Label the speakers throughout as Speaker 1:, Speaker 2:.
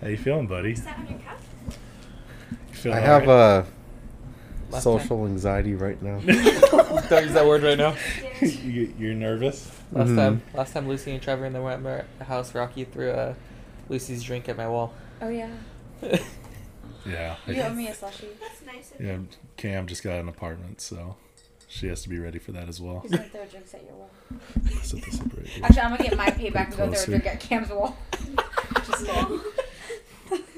Speaker 1: How you feeling, buddy?
Speaker 2: Is that on your cuff?
Speaker 1: You feeling
Speaker 3: I have
Speaker 1: alright?
Speaker 3: a
Speaker 4: Left
Speaker 3: social anxiety right now.
Speaker 4: Don't use that word right now.
Speaker 1: you, you're nervous.
Speaker 4: Last
Speaker 3: Mhm.
Speaker 4: time, last time Lucy and Trevor and the Wetmore house, Rocky threw uh, Lucy's drink at my wall.
Speaker 5: Oh yeah.
Speaker 1: Yeah.
Speaker 5: You owe me a slushie.
Speaker 2: That's nice of you.
Speaker 1: yeah. Cam just got an apartment, so she has to be ready for that as well.
Speaker 5: Who's gonna throw drinks at your wall?
Speaker 1: Set this up right here.
Speaker 5: Actually, I'm gonna get my payback and go throw a
Speaker 1: Closer.
Speaker 5: drink at Cam's wall. Just kidding.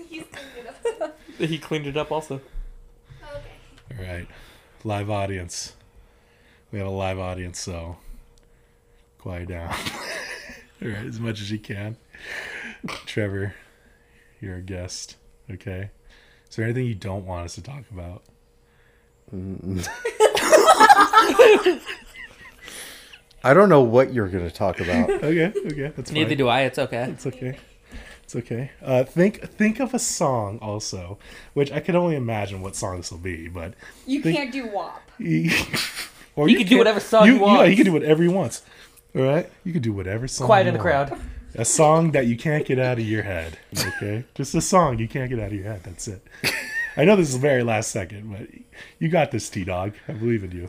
Speaker 2: He's cleaned it up.
Speaker 4: he cleaned it up also.
Speaker 2: Okay.
Speaker 1: All right. Live audience. We have a live audience, so quiet down. All right, as much as you can. Trevor, you're a guest, okay? Is there anything you don't want us to talk about?
Speaker 3: Mm-mm. I don't know what you're going to talk about.
Speaker 1: Okay, okay, that's
Speaker 4: Neither
Speaker 1: fine.
Speaker 4: do I. It's okay.
Speaker 1: It's okay. It's okay. Uh, think think of a song also, which I can only imagine what song this will be, but
Speaker 5: You
Speaker 1: Think-
Speaker 5: can't do WAP.
Speaker 1: or
Speaker 4: He can do whatever song he
Speaker 1: Yeah, he
Speaker 4: wants.
Speaker 1: can do whatever he wants. All right, you can do whatever song.
Speaker 4: Quiet
Speaker 1: you
Speaker 4: in the
Speaker 1: want.
Speaker 4: crowd.
Speaker 1: A song that you can't get out of your head. Okay, just a song you can't get out of your head. That's it. I know this is very last second, but you got this, T Dog. I believe in you.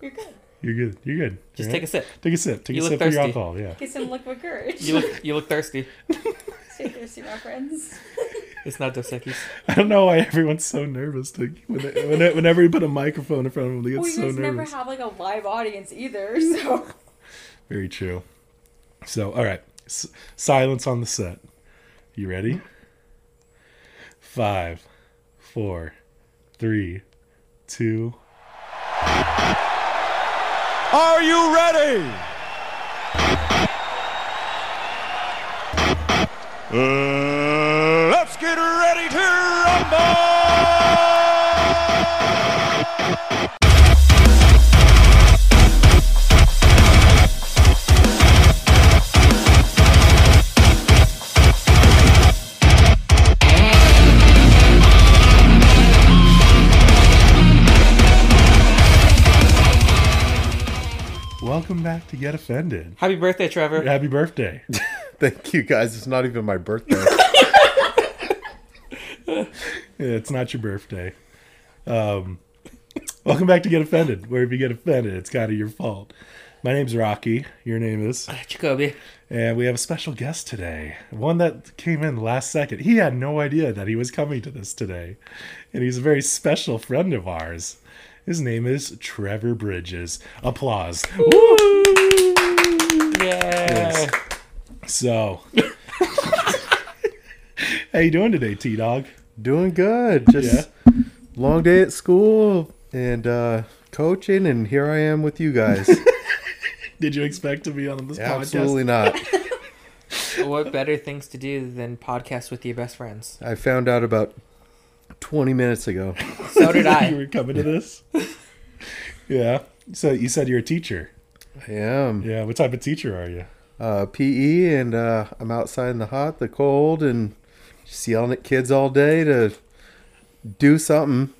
Speaker 5: You're good.
Speaker 1: You're good. You're good.
Speaker 4: Just
Speaker 1: All
Speaker 4: take
Speaker 1: right?
Speaker 4: a sip.
Speaker 1: take a sip. Take
Speaker 4: You
Speaker 1: a
Speaker 4: look
Speaker 1: sip of your
Speaker 4: thirsty.
Speaker 1: alcohol. Yeah.
Speaker 5: Get some liquid courage.
Speaker 4: You look, you look thirsty.
Speaker 5: Stay thirsty, my friends.
Speaker 4: It's not Dos Equis.
Speaker 1: I don't know why everyone's so nervous. To, when they, when they- whenever you put a microphone in front of them, they get
Speaker 5: Well, you
Speaker 1: so
Speaker 5: guys never
Speaker 1: nervous.
Speaker 5: have like a live audience either, so
Speaker 1: Very true. So, all right. S- silence on the set. You ready? Five, four, three, two.
Speaker 6: Are you ready? Uh, let's get ready to rumble!
Speaker 1: Welcome back to Get Offended.
Speaker 4: Happy birthday, Trevor.
Speaker 1: Happy birthday.
Speaker 3: Thank you guys. It's not even my birthday.
Speaker 1: Yeah, it's not your birthday. Um, welcome back to Get Offended, where if you get offended, it's kind of your fault. My name's Rocky. Your name is?
Speaker 4: Jacoby.
Speaker 1: And we have a special guest today, one that came in last second. He had no idea that he was coming to this today. And he's a very special friend of ours. His name is Trevor Bridges. Applause.
Speaker 4: Yay.
Speaker 1: So, how you doing today, T Dog?
Speaker 3: Doing good. Just long day at school and uh, coaching, and here I am with you guys.
Speaker 1: Did you expect to be on this podcast?
Speaker 3: Absolutely not.
Speaker 4: What better things to do than podcast with your best friends?
Speaker 3: I found out about 20 minutes ago.
Speaker 4: So did
Speaker 1: you
Speaker 4: I.
Speaker 1: were coming to this. yeah. So you said you're a teacher.
Speaker 3: I am
Speaker 1: Yeah. What type of teacher are you?
Speaker 3: uh, PE, and uh, I'm outside in the hot, the cold, and just yelling at kids all day to do something.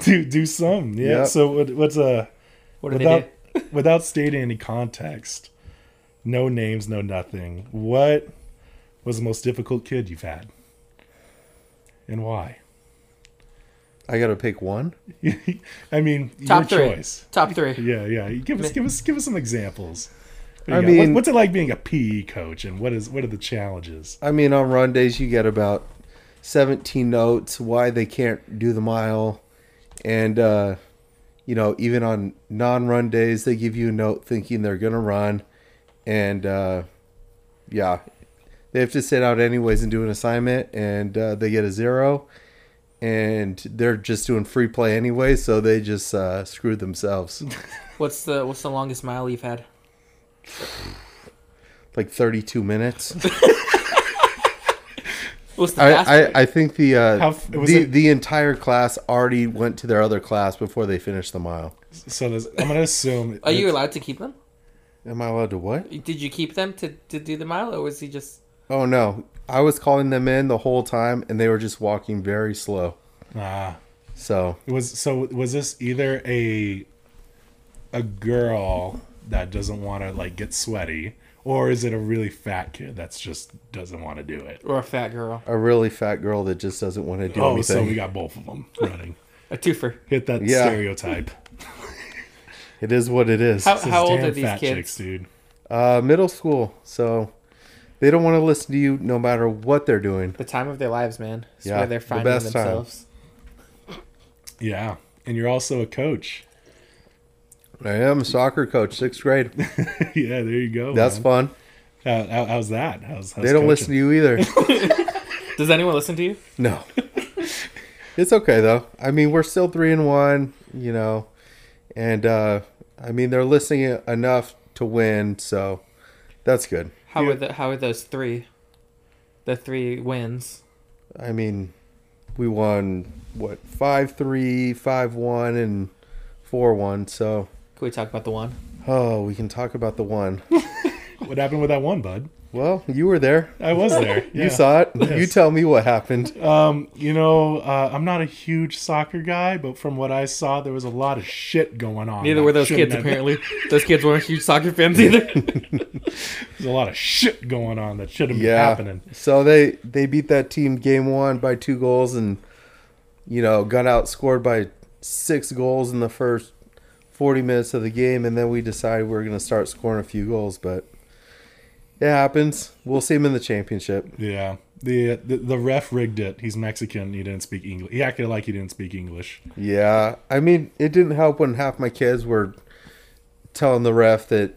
Speaker 1: Do do some. Yeah.
Speaker 3: Yep.
Speaker 1: So what, what's uh, a
Speaker 4: What do
Speaker 1: without
Speaker 4: they do?
Speaker 1: without stating any context, no names, no nothing. What was the most difficult kid you've had, and why?
Speaker 3: I got to pick one.
Speaker 1: I mean,
Speaker 4: Top
Speaker 1: your
Speaker 4: three.
Speaker 1: choice.
Speaker 4: Top three.
Speaker 1: Yeah, yeah. You Give us,
Speaker 4: Ma-
Speaker 1: give us, give us some examples. What do
Speaker 3: I
Speaker 1: you got? What-
Speaker 3: mean-
Speaker 1: what's it like being a PE coach, and what is what are the challenges?
Speaker 3: I mean, on run days, you get about 17 notes why they can't do the mile. And, uh, you know, even on non run days, they give you a note thinking they're going to run. And, uh, yeah, they have to sit out anyways and do an assignment, and uh, they get a zero. And they're just doing free play anyway, so they just uh, screwed themselves.
Speaker 4: What's the What's the longest mile you've had?
Speaker 3: like 32 minutes.
Speaker 4: What's the
Speaker 3: I,
Speaker 4: fastest?
Speaker 3: I, I think the uh,
Speaker 1: How f- was
Speaker 3: the,
Speaker 1: it-
Speaker 3: the entire class already went to their other class before they finished the mile.
Speaker 1: So there's- I'm gonna assume.
Speaker 4: Are you
Speaker 1: it's-
Speaker 4: allowed to keep them?
Speaker 3: Am I allowed to what?
Speaker 4: Did you keep them to, to do the mile, or was he just?
Speaker 3: Oh no, I was calling them in the whole time, and they were just walking very slow.
Speaker 1: Ah.
Speaker 3: So
Speaker 1: It was so was this either a a girl that doesn't want to like get sweaty Or is it a really fat kid that's just doesn't want to do it?
Speaker 4: Or a fat girl.
Speaker 3: A really fat girl that just doesn't want to do
Speaker 1: oh,
Speaker 3: anything.
Speaker 1: so we got both of them running.
Speaker 4: A twofer.
Speaker 1: Hit that
Speaker 3: Yeah.
Speaker 1: stereotype.
Speaker 3: it is what it is.
Speaker 4: How,
Speaker 1: This is
Speaker 4: how old
Speaker 1: damn
Speaker 4: are these
Speaker 1: fat
Speaker 4: kids?
Speaker 1: chicks, dude?
Speaker 3: Uh, middle school, so they don't want to listen to you no matter what they're doing.
Speaker 4: The time of their lives, man. It's
Speaker 3: Yeah,
Speaker 4: where they're
Speaker 3: the
Speaker 4: finding
Speaker 3: best time.
Speaker 4: themselves.
Speaker 1: Yeah, and you're also a coach.
Speaker 3: I am a soccer coach, sixth grade.
Speaker 1: yeah, there you go.
Speaker 3: That's
Speaker 1: man.
Speaker 3: fun.
Speaker 1: How, how, how's that? How's, how's
Speaker 3: They don't listen to you either.
Speaker 4: Does anyone listen to you?
Speaker 3: No. it's okay though. I mean, we're still three and one, you know, and uh, I mean they're listening enough to win, so that's good.
Speaker 4: How
Speaker 1: Yeah.
Speaker 4: are the, how are those three? The three wins.
Speaker 3: I mean, we won what five three, five one, and four one. So
Speaker 4: Can we talk about the one?
Speaker 3: oh, we can talk about the one.
Speaker 1: What happened with that one, bud?
Speaker 3: well, you were there.
Speaker 1: I was there. Yeah.
Speaker 3: You saw it.
Speaker 1: Yes.
Speaker 3: You tell me what happened.
Speaker 1: Um, you know, uh, I'm not a huge soccer guy, but from what I saw, there was a lot of shit going on.
Speaker 4: Neither
Speaker 1: that
Speaker 4: were those
Speaker 1: shouldn't
Speaker 4: kids,
Speaker 1: have-
Speaker 4: apparently. those kids weren't huge soccer fans either.
Speaker 1: There's a lot of shit going on that should have been
Speaker 3: Yeah.
Speaker 1: happening.
Speaker 3: So they they beat that team game one by two goals, and you know got outscored by six goals in the first forty minutes of the game, and then we decided we were going to start scoring a few goals, but it happens. We'll see them in the championship.
Speaker 1: Yeah. The, the the ref rigged it. He's Mexican. He didn't speak English. He acted like he didn't speak English.
Speaker 3: Yeah, I mean, it didn't help when half my kids were telling the ref that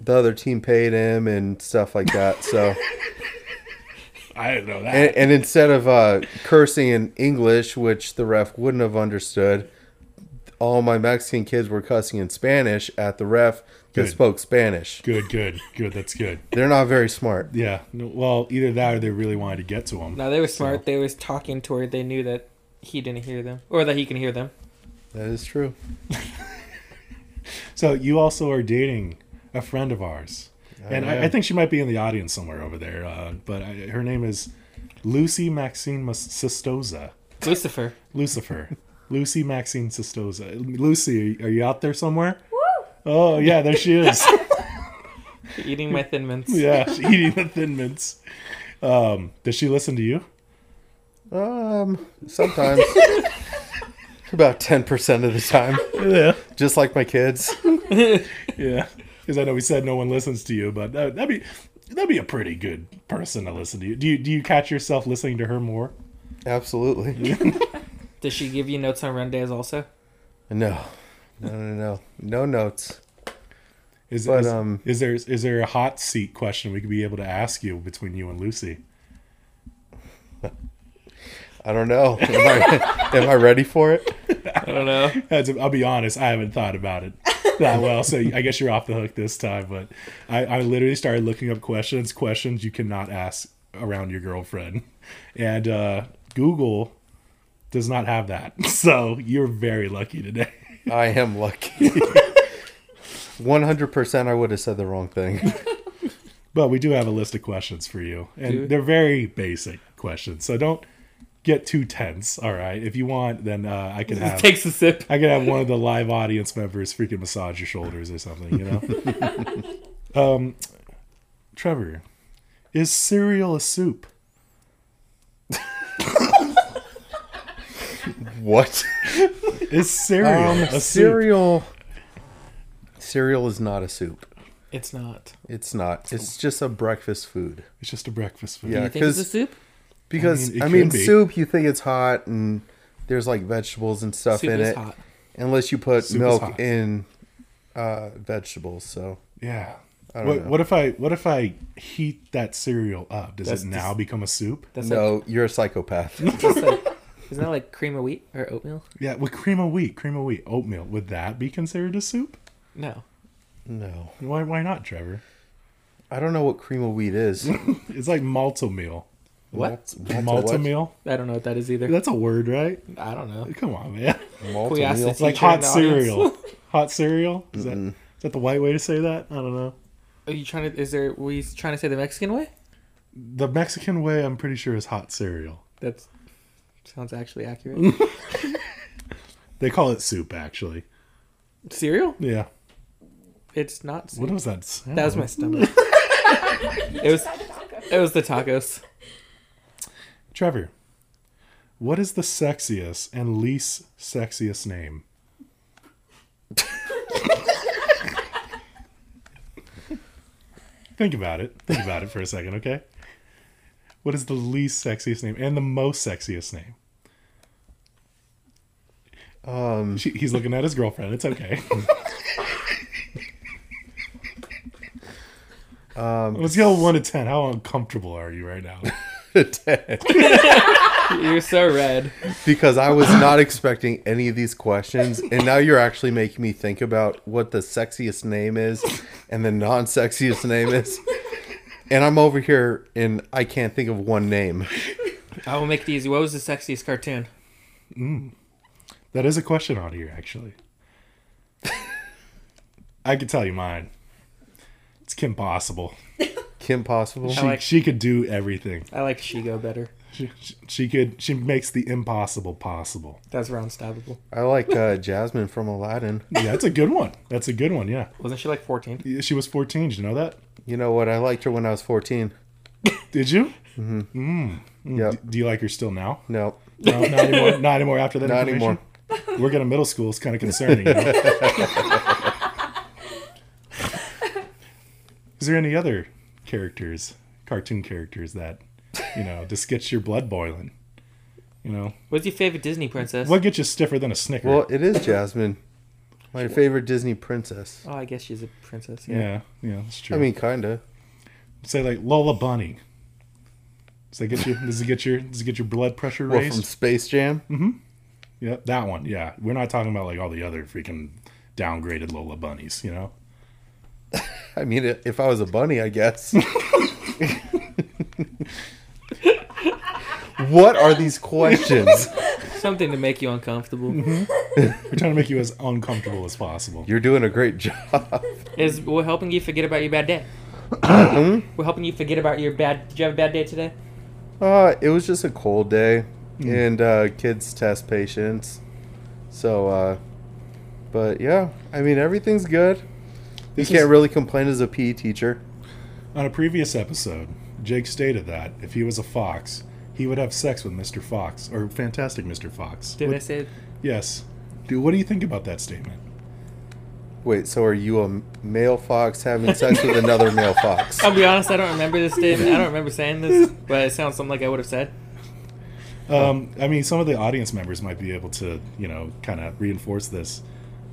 Speaker 3: the other team paid him and stuff like that. So,
Speaker 1: I didn't know that.
Speaker 3: and, and instead of uh, cursing in English, which the ref wouldn't have understood, all my Mexican kids were cussing in Spanish at the ref that
Speaker 1: Good.
Speaker 3: spoke Spanish.
Speaker 1: good, good, good. That's good.
Speaker 3: They're not very smart.
Speaker 1: Yeah. No, Well, either that or they really wanted to get to him.
Speaker 4: No, they were smart. They was talking to her. They knew that he didn't hear them, or that he can hear them.
Speaker 3: That is true.
Speaker 1: So you also are dating a friend of ours, and I,
Speaker 3: am.
Speaker 1: I think she might be in the audience somewhere over there. Uh, but I, her name is Lucy Maxine Mas- Sistoza.
Speaker 4: Lucifer.
Speaker 1: Lucifer. Lucy Maxine Sistoza. Lucy, are you out there somewhere? Oh yeah, there she is.
Speaker 4: You're Eating my thin mints.
Speaker 1: yeah, she's eating the thin mints. Um, does she listen to you?
Speaker 3: Um, sometimes. About 10% of the time,
Speaker 1: Yeah.
Speaker 3: just like my kids.
Speaker 1: Yeah. Because I know we said no one listens to you, but that, that'd be that'd be a pretty good person to listen to you. Do you do you catch yourself listening to her more?
Speaker 3: Absolutely.
Speaker 4: Does she give you notes on run days also?
Speaker 3: No, no, no, no, no notes.
Speaker 1: Is,
Speaker 3: But,
Speaker 1: is,
Speaker 3: um,
Speaker 1: is there is there a hot seat question we could be able to ask you between you and Lucy?
Speaker 3: I don't know. Am I, am I ready for it?
Speaker 4: I don't know.
Speaker 1: That's- I'll be honest, I haven't thought about it that well, so I guess you're off the hook this time. But I, I literally started looking up questions, questions you cannot ask around your girlfriend, and uh, Google does not have that. So you're very lucky today.
Speaker 3: I am lucky. One hundred percent, I would have said the wrong thing.
Speaker 1: But we do have a list of questions for you, and
Speaker 4: Do we?
Speaker 1: they're very basic questions. So don't get too tense. All right, if you want, then uh, I can have.
Speaker 4: Takes a sip.
Speaker 1: I could have one of the live audience members freaking massage your shoulders or something, you know? um, Trevor, is cereal a soup?
Speaker 3: What?
Speaker 1: Is cereal
Speaker 3: Um,
Speaker 1: a cereal?
Speaker 3: cereal. Cereal is not a soup.
Speaker 4: It's not.
Speaker 3: It's not. It's just a breakfast food.
Speaker 1: It's just a breakfast food.
Speaker 4: Do
Speaker 3: Yeah.
Speaker 4: you think it's a
Speaker 3: 'cause-
Speaker 4: soup?
Speaker 3: Because I
Speaker 1: mean,
Speaker 3: mean,
Speaker 1: it could be.
Speaker 3: soup, you think it's hot and there's like vegetables and stuff
Speaker 4: Soup
Speaker 3: in
Speaker 4: is
Speaker 3: it,
Speaker 4: hot.
Speaker 3: unless you put
Speaker 1: Soup is
Speaker 3: milk
Speaker 1: hot.
Speaker 3: in uh, vegetables. So
Speaker 1: Yeah.
Speaker 3: I don't
Speaker 1: What,
Speaker 3: know.
Speaker 1: what if I what if I heat that cereal up? Does
Speaker 4: That's
Speaker 1: it now
Speaker 4: just-
Speaker 1: become a soup?
Speaker 4: That's like,
Speaker 3: no, you're a psychopath.
Speaker 4: that's like- isn't that like cream of wheat or oatmeal?
Speaker 1: Yeah, with cream of wheat, cream of wheat, oatmeal. Would that be considered a soup?
Speaker 4: No.
Speaker 3: no,
Speaker 1: Why why not, Trevor?
Speaker 3: I don't know what cream of wheat is.
Speaker 1: It's like malto meal.
Speaker 4: What?
Speaker 1: Malto meal?
Speaker 4: I don't know what that is either.
Speaker 1: That's a word, right?
Speaker 4: I don't know.
Speaker 1: Come on, man.
Speaker 3: Malt
Speaker 4: We asked
Speaker 3: meal?
Speaker 1: It's
Speaker 4: this
Speaker 1: like
Speaker 4: teacher in
Speaker 1: hot
Speaker 4: the audience.
Speaker 1: cereal. hot cereal? Is that, is that the white way to say that? I don't know.
Speaker 4: Are you trying to? Is there? Were you trying to say the Mexican way?
Speaker 1: The Mexican way, I'm pretty sure, is hot cereal.
Speaker 4: That sounds actually accurate.
Speaker 1: They call it soup, actually.
Speaker 4: Cereal?
Speaker 1: Yeah.
Speaker 4: It's not soup.
Speaker 1: What was that? sound?
Speaker 4: That was my stomach. It was it was the tacos.
Speaker 1: Trevor, what is the sexiest and least sexiest name? Think about it. Think about it for a second, okay? What is the least sexiest name and the most sexiest name?
Speaker 3: Um,
Speaker 1: She, he's looking at his girlfriend. It's okay.
Speaker 3: um,
Speaker 1: Let's go one to ten. How uncomfortable are you right now?
Speaker 4: You're so red.
Speaker 3: because I was not expecting any of these questions, and now you're actually making me think about what the sexiest name is and the non-sexiest name is. And I'm over here and I can't think of one name.
Speaker 4: I will make it easy. What was the sexiest cartoon?
Speaker 1: That is a question on here, actually. I could tell you mine. It's Kim Possible.
Speaker 3: Kim Possible.
Speaker 1: She,
Speaker 4: like-
Speaker 1: she could do everything.
Speaker 4: I like Shigo better.
Speaker 1: She, she, she could. She makes the impossible possible.
Speaker 4: That's Ron Stoppable.
Speaker 3: I like uh, Jasmine from Aladdin.
Speaker 1: Yeah, that's a good one. That's a good one. Yeah,
Speaker 4: Wasn't she like 14?
Speaker 1: Yeah, she was 14. Did you know that?
Speaker 3: You know what? I liked her when I was 14.
Speaker 1: Did you?
Speaker 3: Yep.
Speaker 1: D- do you like her still now?
Speaker 3: No,
Speaker 1: No, not anymore. Not anymore. After that,
Speaker 3: not
Speaker 1: information?
Speaker 3: anymore.
Speaker 1: We're going to middle school. It's kind of concerning. You know? Is there any other characters, cartoon characters that you know just gets your blood boiling? You know,
Speaker 4: What's your favorite Disney princess?
Speaker 1: what gets you stiffer than a snicker?
Speaker 3: Well, it is Jasmine, my favorite Disney princess.
Speaker 4: Oh, I guess she's a princess. Yeah.
Speaker 1: yeah, yeah, that's true.
Speaker 3: I mean, kinda.
Speaker 1: say like Lola Bunny. Does that get you? Does it get your? Does it get your blood pressure
Speaker 3: Well,
Speaker 1: raised?
Speaker 3: from Space Jam.
Speaker 1: yeah, that one. Yeah, we're not talking about like all the other freaking downgraded Lola Bunnies. You know,
Speaker 3: I mean, i- if I was a bunny, I guess. what are these questions?
Speaker 4: Something to make you uncomfortable.
Speaker 1: we're trying to make you as uncomfortable as possible.
Speaker 3: You're doing a great job.
Speaker 4: Is we're helping you forget about your bad day. we're helping you forget about your bad. Did you have a bad day today?
Speaker 3: Uh, it was just a cold day,
Speaker 1: Hmm.
Speaker 3: and uh, kids test patients. So, uh, but yeah, I mean, everything's good. You
Speaker 1: This
Speaker 3: can't
Speaker 1: is-
Speaker 3: really complain as a PE teacher.
Speaker 1: On a previous episode, Jake stated that if he was a fox, he would have sex with Mr. Fox or Fantastic Mr. Fox.
Speaker 4: Did I
Speaker 1: What-
Speaker 4: say?
Speaker 1: Yes. Dude, what do you think about that statement?
Speaker 3: Wait, so are you a m- male fox having sex with another male fox?
Speaker 4: I'll be honest. I don't remember this statement. I don't remember saying this, but it sounds something like I would have said.
Speaker 1: Um, I mean, some of the audience members might be able to, you know, kind of reinforce this.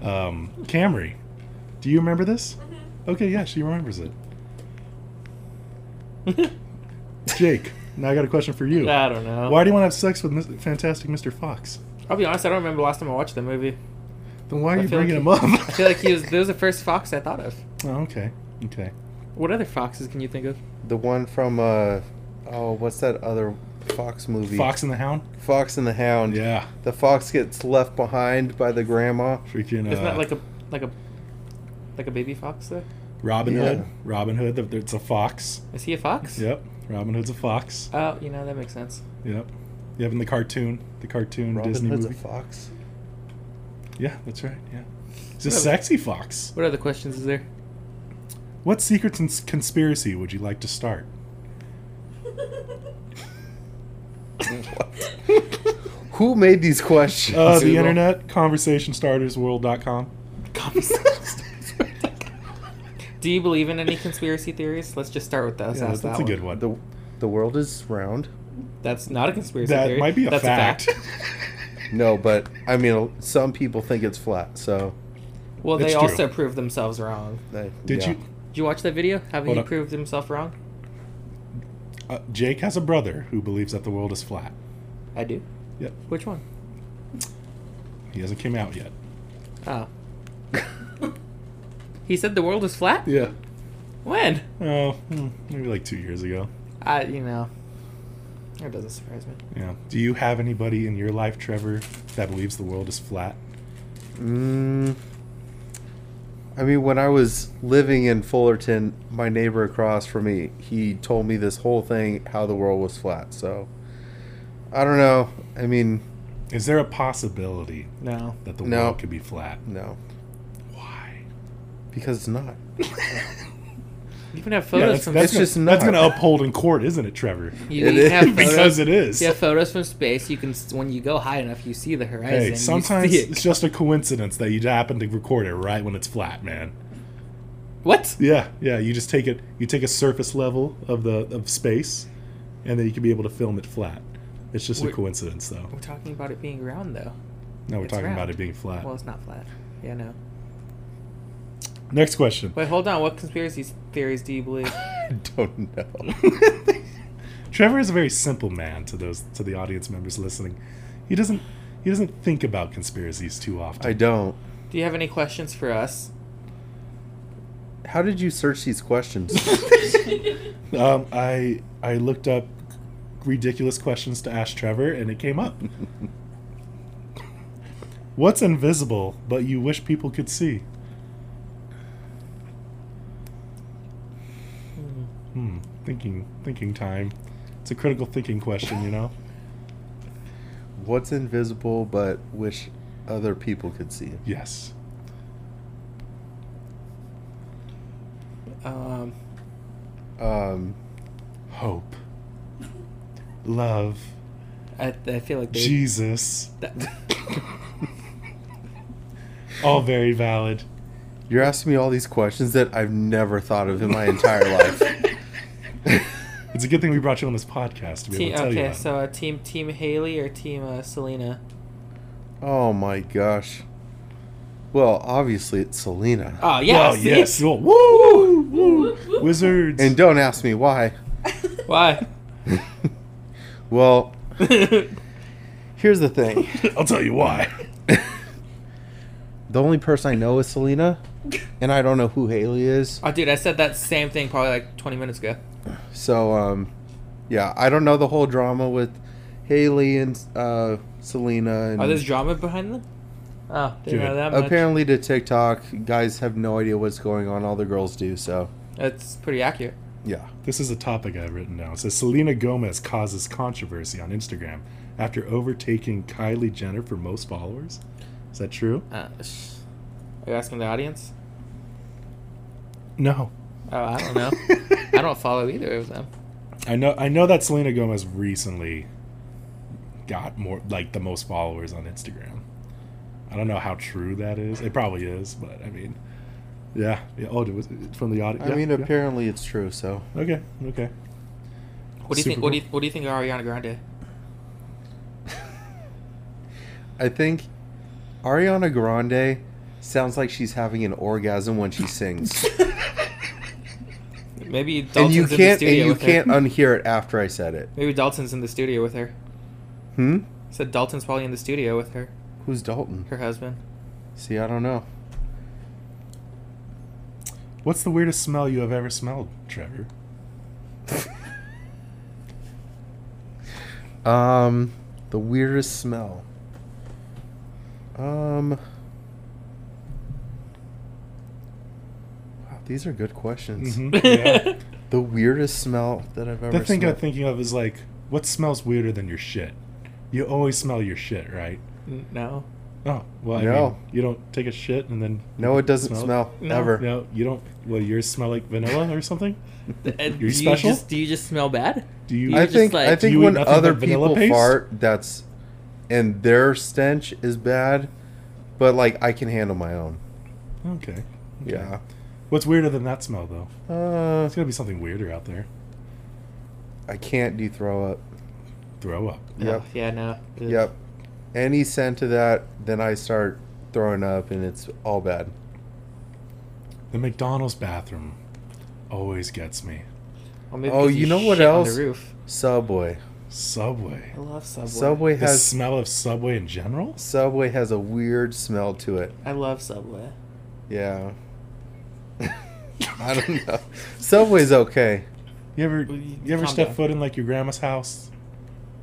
Speaker 1: Um, Camry, do you remember this? Okay, yeah, she remembers it. Jake, now I got a question for you.
Speaker 4: I don't know.
Speaker 1: Why do you want to have sex with Mis- Fantastic Mr. Fox?
Speaker 4: I'll be honest. I don't remember last time I watched that movie.
Speaker 1: Then why are
Speaker 4: I
Speaker 1: you
Speaker 4: feel like
Speaker 1: bringing
Speaker 4: he-
Speaker 1: him up?
Speaker 4: I feel like he was. There was the first fox I thought of.
Speaker 1: oh, okay, okay.
Speaker 4: What other foxes can you think of?
Speaker 3: The one from uh, oh, what's that other fox movie?
Speaker 1: Fox and the Hound?
Speaker 3: Fox and the Hound.
Speaker 1: Yeah.
Speaker 3: The fox gets left behind by the grandma.
Speaker 1: Freaking
Speaker 4: Isn't
Speaker 1: uh,
Speaker 4: that like a like a like a baby fox though?
Speaker 1: Robin
Speaker 3: Yeah.
Speaker 1: Hood? Robin Hood, the- it's a fox.
Speaker 4: Is he a fox?
Speaker 1: Yep, Robin Hood's a fox.
Speaker 4: Oh, you know that makes sense.
Speaker 1: Yep. You have in the cartoon, the cartoon
Speaker 3: Robin
Speaker 1: Disney
Speaker 3: Hood's
Speaker 1: movie.
Speaker 3: a fox.
Speaker 1: Yeah, that's right. Yeah. He's a
Speaker 4: Whatever.
Speaker 1: sexy fox.
Speaker 4: What other questions is there?
Speaker 1: What secrets and s- conspiracy would you like to start?
Speaker 3: Who made these questions?
Speaker 1: Uh, the
Speaker 4: Google.
Speaker 1: internet, conversationstartersworld.com.
Speaker 4: Do you believe in any conspiracy theories? Let's just start with those.
Speaker 1: Yeah,
Speaker 4: Ask
Speaker 1: that's
Speaker 4: that
Speaker 1: a good one.
Speaker 4: one.
Speaker 3: the the world is round.
Speaker 4: That's not a conspiracy
Speaker 1: that
Speaker 4: theory.
Speaker 1: might be a
Speaker 4: That's
Speaker 1: fact.
Speaker 3: No, but I mean, some people think it's flat. So,
Speaker 4: Well,
Speaker 1: It's
Speaker 4: they
Speaker 1: true.
Speaker 4: also proved themselves wrong.
Speaker 3: they,
Speaker 1: Did
Speaker 3: yeah.
Speaker 1: you?
Speaker 4: Did you watch that video? Having
Speaker 1: Hold
Speaker 4: he
Speaker 1: up.
Speaker 4: proved himself wrong?
Speaker 1: Uh, Jake has a brother who believes that the world is flat.
Speaker 4: I do.
Speaker 1: Yep.
Speaker 4: Which one?
Speaker 1: He hasn't came out yet.
Speaker 4: Oh. he said the world is flat?
Speaker 1: Yeah.
Speaker 4: When?
Speaker 1: Oh, hmm, maybe like two years ago.
Speaker 4: I, you know. That doesn't surprise me.
Speaker 1: Yeah. Do you have anybody in your life, Trevor, that believes the world is flat?
Speaker 3: Mm, I mean, when I was living in Fullerton, my neighbor across from me, he told me this whole thing how the world was flat. So, I don't know. I mean,
Speaker 1: Is there a possibility
Speaker 4: No.
Speaker 1: that the
Speaker 3: No.
Speaker 1: world could be flat?
Speaker 3: no,
Speaker 1: Why?
Speaker 3: because it's not.
Speaker 4: You can have
Speaker 1: Yeah,
Speaker 4: photos
Speaker 1: that's,
Speaker 4: from
Speaker 1: that's
Speaker 3: It's
Speaker 1: gonna,
Speaker 3: just
Speaker 1: that's
Speaker 3: not.
Speaker 1: gonna uphold in court, isn't it, Trevor?
Speaker 4: you
Speaker 3: It
Speaker 4: can
Speaker 3: is.
Speaker 4: have photos,
Speaker 1: Because it is.
Speaker 4: you have photos from space. You can s- when you go high enough, you see the horizon.
Speaker 1: Hey,
Speaker 4: you
Speaker 1: sometimes
Speaker 4: see it.
Speaker 1: it's just a coincidence that you happen to record it right when it's flat, man.
Speaker 4: what?
Speaker 1: Yeah, yeah. You just take it. You take a surface level of the of space, and then you can be able to film it flat. It's just a
Speaker 4: Wait.
Speaker 1: coincidence, though.
Speaker 4: We're talking about it being round though.
Speaker 1: Now we're
Speaker 4: It's
Speaker 1: talking about
Speaker 4: round.
Speaker 1: it being flat.
Speaker 4: Well, it's not flat. Yeah, no.
Speaker 1: Next question.
Speaker 4: Wait, hold on. What conspiracy theories do you believe?
Speaker 3: I don't know.
Speaker 1: Trevor is a very simple man to those to the audience members listening. He doesn't he doesn't think about conspiracies too often.
Speaker 3: I don't.
Speaker 4: Do you have any questions for us?
Speaker 3: How did you search these questions?
Speaker 4: Hmm.
Speaker 1: Um, I I looked up ridiculous questions to ask Trevor, and it came up. What's invisible but you wish people could see? Hmm. Thinking thinking time. It's a critical thinking question, you know.
Speaker 3: What's invisible but wish other people could see?
Speaker 1: Yes.
Speaker 4: Um,
Speaker 3: Um,
Speaker 1: Hope. Love.
Speaker 4: I, I feel like they.
Speaker 1: Jesus.
Speaker 4: that-
Speaker 1: All very valid.
Speaker 3: you're asking me all these questions that I've never thought of in my entire life.
Speaker 1: It's a good thing we brought you on this podcast to be
Speaker 4: team,
Speaker 1: able to tell you
Speaker 4: okay,
Speaker 1: that.
Speaker 4: so uh, team team Haley or team uh, Selena?
Speaker 3: Oh my gosh. Well, obviously it's Selena.
Speaker 4: Oh
Speaker 1: Oh,
Speaker 4: yeah, see?
Speaker 1: yes. Woo, woo, woo. Wizards.
Speaker 3: And don't ask me why.
Speaker 4: Why?
Speaker 3: Well, here's the thing.
Speaker 1: I'll tell you why.
Speaker 3: The only person I know is Selena, and I don't know who Haley is.
Speaker 4: Oh, dude, I said that same thing probably like 20 minutes ago.
Speaker 3: So, um, yeah, I don't know the whole drama with Haley and uh, Selena. And
Speaker 4: Are there's Oh, drama behind them? Oh, didn't know
Speaker 1: Dude.
Speaker 4: that much.
Speaker 3: apparently, to TikTok, guys have no idea what's going on. All the girls do. So,
Speaker 4: That's pretty accurate.
Speaker 3: yeah.
Speaker 1: This is a topic I've written down. It says Selena Gomez causes controversy on Instagram after overtaking Kylie Jenner for most followers. Is that true?
Speaker 4: Uh, sh- are you asking the audience?
Speaker 1: No.
Speaker 4: Oh, I don't know. I don't follow either of them.
Speaker 1: I know. I know that Selena Gomez recently got more, like the most followers on Instagram. I don't know how true that is. It probably is, but I mean, yeah. yeah. Oh, it was from the audience.
Speaker 3: I mean, apparently it's true. So,
Speaker 1: Okay. Okay.
Speaker 4: What do you
Speaker 1: Super
Speaker 4: think? What do
Speaker 1: cool.
Speaker 4: you What do you think of Ariana Grande?
Speaker 3: I think Ariana Grande sounds like she's having an orgasm when she sings,
Speaker 4: Maybe Dalton's
Speaker 3: and you
Speaker 4: in the
Speaker 3: can't and
Speaker 4: studio
Speaker 3: you
Speaker 4: with
Speaker 3: can't
Speaker 4: her.
Speaker 3: unhear it after I said it.
Speaker 4: Maybe Dalton's in the studio with her.
Speaker 3: Hmm?
Speaker 4: Said Dalton's probably in the studio with her,
Speaker 3: Who's Dalton?
Speaker 4: her husband.
Speaker 3: See, I don't know.
Speaker 1: What's the weirdest smell you have ever smelled, Trevor?
Speaker 3: Um, the weirdest smell. Um. Wow, these are good questions.
Speaker 1: Yeah.
Speaker 3: The weirdest smell that I've ever.
Speaker 1: Mm-hmm. the thing I'm
Speaker 3: smelled.
Speaker 1: thinking of is like, what smells weirder than your shit? You always smell your shit, right?
Speaker 4: no.
Speaker 1: Oh, well, I
Speaker 3: No.
Speaker 1: mean, you don't take a shit and then
Speaker 3: No, it doesn't smell,
Speaker 4: No.
Speaker 3: ever.
Speaker 1: No, you don't. Well, yours smell like vanilla or something.
Speaker 4: Th- uh, do
Speaker 1: special?
Speaker 4: You just, do you just smell bad?
Speaker 1: Do you?
Speaker 4: You
Speaker 3: I
Speaker 4: just
Speaker 3: think
Speaker 4: like-
Speaker 3: I think
Speaker 1: You eat
Speaker 3: when
Speaker 1: nothing
Speaker 3: other
Speaker 1: but vanilla
Speaker 3: people
Speaker 1: paste?
Speaker 3: fart, that's and their stench is bad, but like I can handle my own.
Speaker 1: okay. okay.
Speaker 3: Yeah.
Speaker 1: What's weirder than that smell though?
Speaker 3: Uh,
Speaker 1: There's gotta be something weirder out there.
Speaker 3: I can't do throw up.
Speaker 1: Throw up.
Speaker 3: Yep.
Speaker 4: Oh, yeah. No. Ugh.
Speaker 3: Yep. Any scent to that, then I start throwing up, and it's all bad.
Speaker 1: The McDonald's bathroom always gets me.
Speaker 4: Well, maybe
Speaker 3: Oh,
Speaker 4: 'cause
Speaker 3: you know what
Speaker 4: shit On
Speaker 3: else?
Speaker 4: the roof.
Speaker 3: Subway.
Speaker 1: Subway.
Speaker 4: I love Subway.
Speaker 3: Subway
Speaker 1: The
Speaker 3: has
Speaker 1: smell of Subway in general.
Speaker 3: Subway has a weird smell to it.
Speaker 4: I love Subway.
Speaker 3: Yeah. I don't know. Subway's okay.
Speaker 1: You ever
Speaker 4: Well, you-
Speaker 1: you, ever
Speaker 4: calm
Speaker 1: step
Speaker 4: down.
Speaker 1: foot in like your grandma's house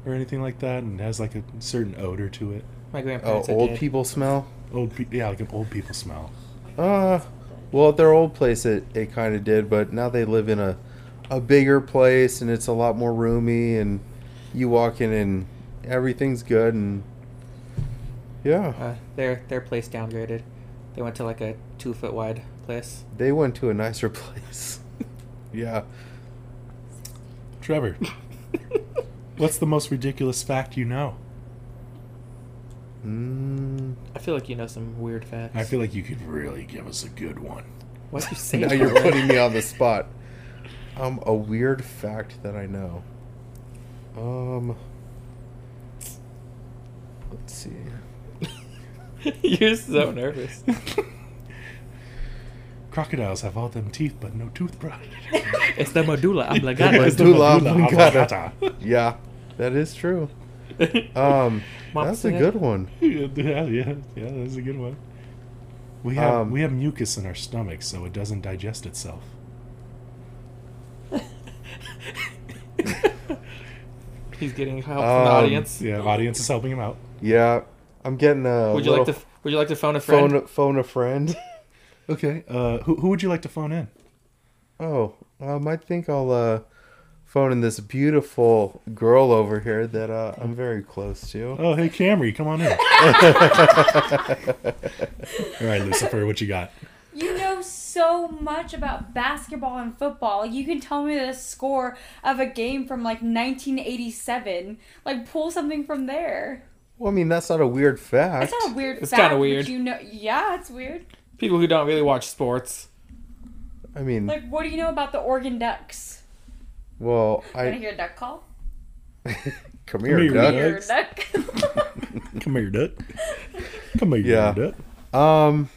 Speaker 1: or anything like that, and it has like a certain odor to it?
Speaker 4: My
Speaker 3: Oh,
Speaker 4: grandparents. are
Speaker 3: old
Speaker 4: dead.
Speaker 3: people smell.
Speaker 1: Old pe- yeah, like an old people smell.
Speaker 3: Uh well, at their old place, it, it kind of did, but now they live in a a bigger place and it's a lot more roomy, and you walk in and everything's good and yeah,
Speaker 4: Uh, their their place downgraded. They went to like a two foot wide place.
Speaker 3: they went to a nicer place. Yeah.
Speaker 1: Trevor, what's the most ridiculous fact you know?
Speaker 3: Mm,
Speaker 4: I feel like you know some weird facts.
Speaker 1: I feel like you could really give us a good one.
Speaker 4: What you say?
Speaker 3: now
Speaker 4: that
Speaker 3: you're
Speaker 4: way?
Speaker 3: putting me on the spot. Um, a weird fact that I know. Um, let's see.
Speaker 4: You're so nervous.
Speaker 1: Crocodiles have all them teeth, but no toothbrush.
Speaker 4: It's the medulla
Speaker 3: The
Speaker 4: oblongata.
Speaker 3: medulla
Speaker 1: Medulla
Speaker 3: oblongata. Yeah, that is true. Um,
Speaker 4: Mom
Speaker 3: that's a
Speaker 4: said-
Speaker 3: good one.
Speaker 1: yeah, yeah, yeah, that's a good one. We have
Speaker 3: Um,
Speaker 1: we have mucus in our stomach, so it doesn't digest itself.
Speaker 4: He's getting help from
Speaker 3: Um,
Speaker 4: the audience.
Speaker 1: Yeah, audience is helping him out.
Speaker 3: Yeah, I'm getting a
Speaker 4: Would you like to?
Speaker 3: little
Speaker 4: f- Would you like to phone a friend?
Speaker 3: phone phone a friend.
Speaker 1: Okay, uh, who who would you like to phone in?
Speaker 3: Oh, um, I think I'll uh, phone in this beautiful girl over here that uh, I'm very close to.
Speaker 1: Oh, hey Camry, come on in. all right, Lucifer, what you got?
Speaker 5: You know so much about basketball and football. You can tell me the score of a game from like 1987. Like pull something from there.
Speaker 3: Well, I mean, that's not a weird fact.
Speaker 5: That's not a weird.
Speaker 4: It's
Speaker 5: fact,
Speaker 4: kinda
Speaker 5: but
Speaker 4: weird.
Speaker 5: You know, yeah, it's weird.
Speaker 4: People who don't really watch sports.
Speaker 3: I mean,
Speaker 5: Like, what do you know about the Oregon Ducks?
Speaker 3: well,
Speaker 5: Want to
Speaker 3: I
Speaker 5: hear a duck call?
Speaker 3: come here,
Speaker 1: Come here,
Speaker 3: duck.
Speaker 5: Hear a
Speaker 1: Ducks.
Speaker 5: duck.
Speaker 1: Come here, duck. Come here,
Speaker 3: Yeah.
Speaker 1: duck.
Speaker 3: Um,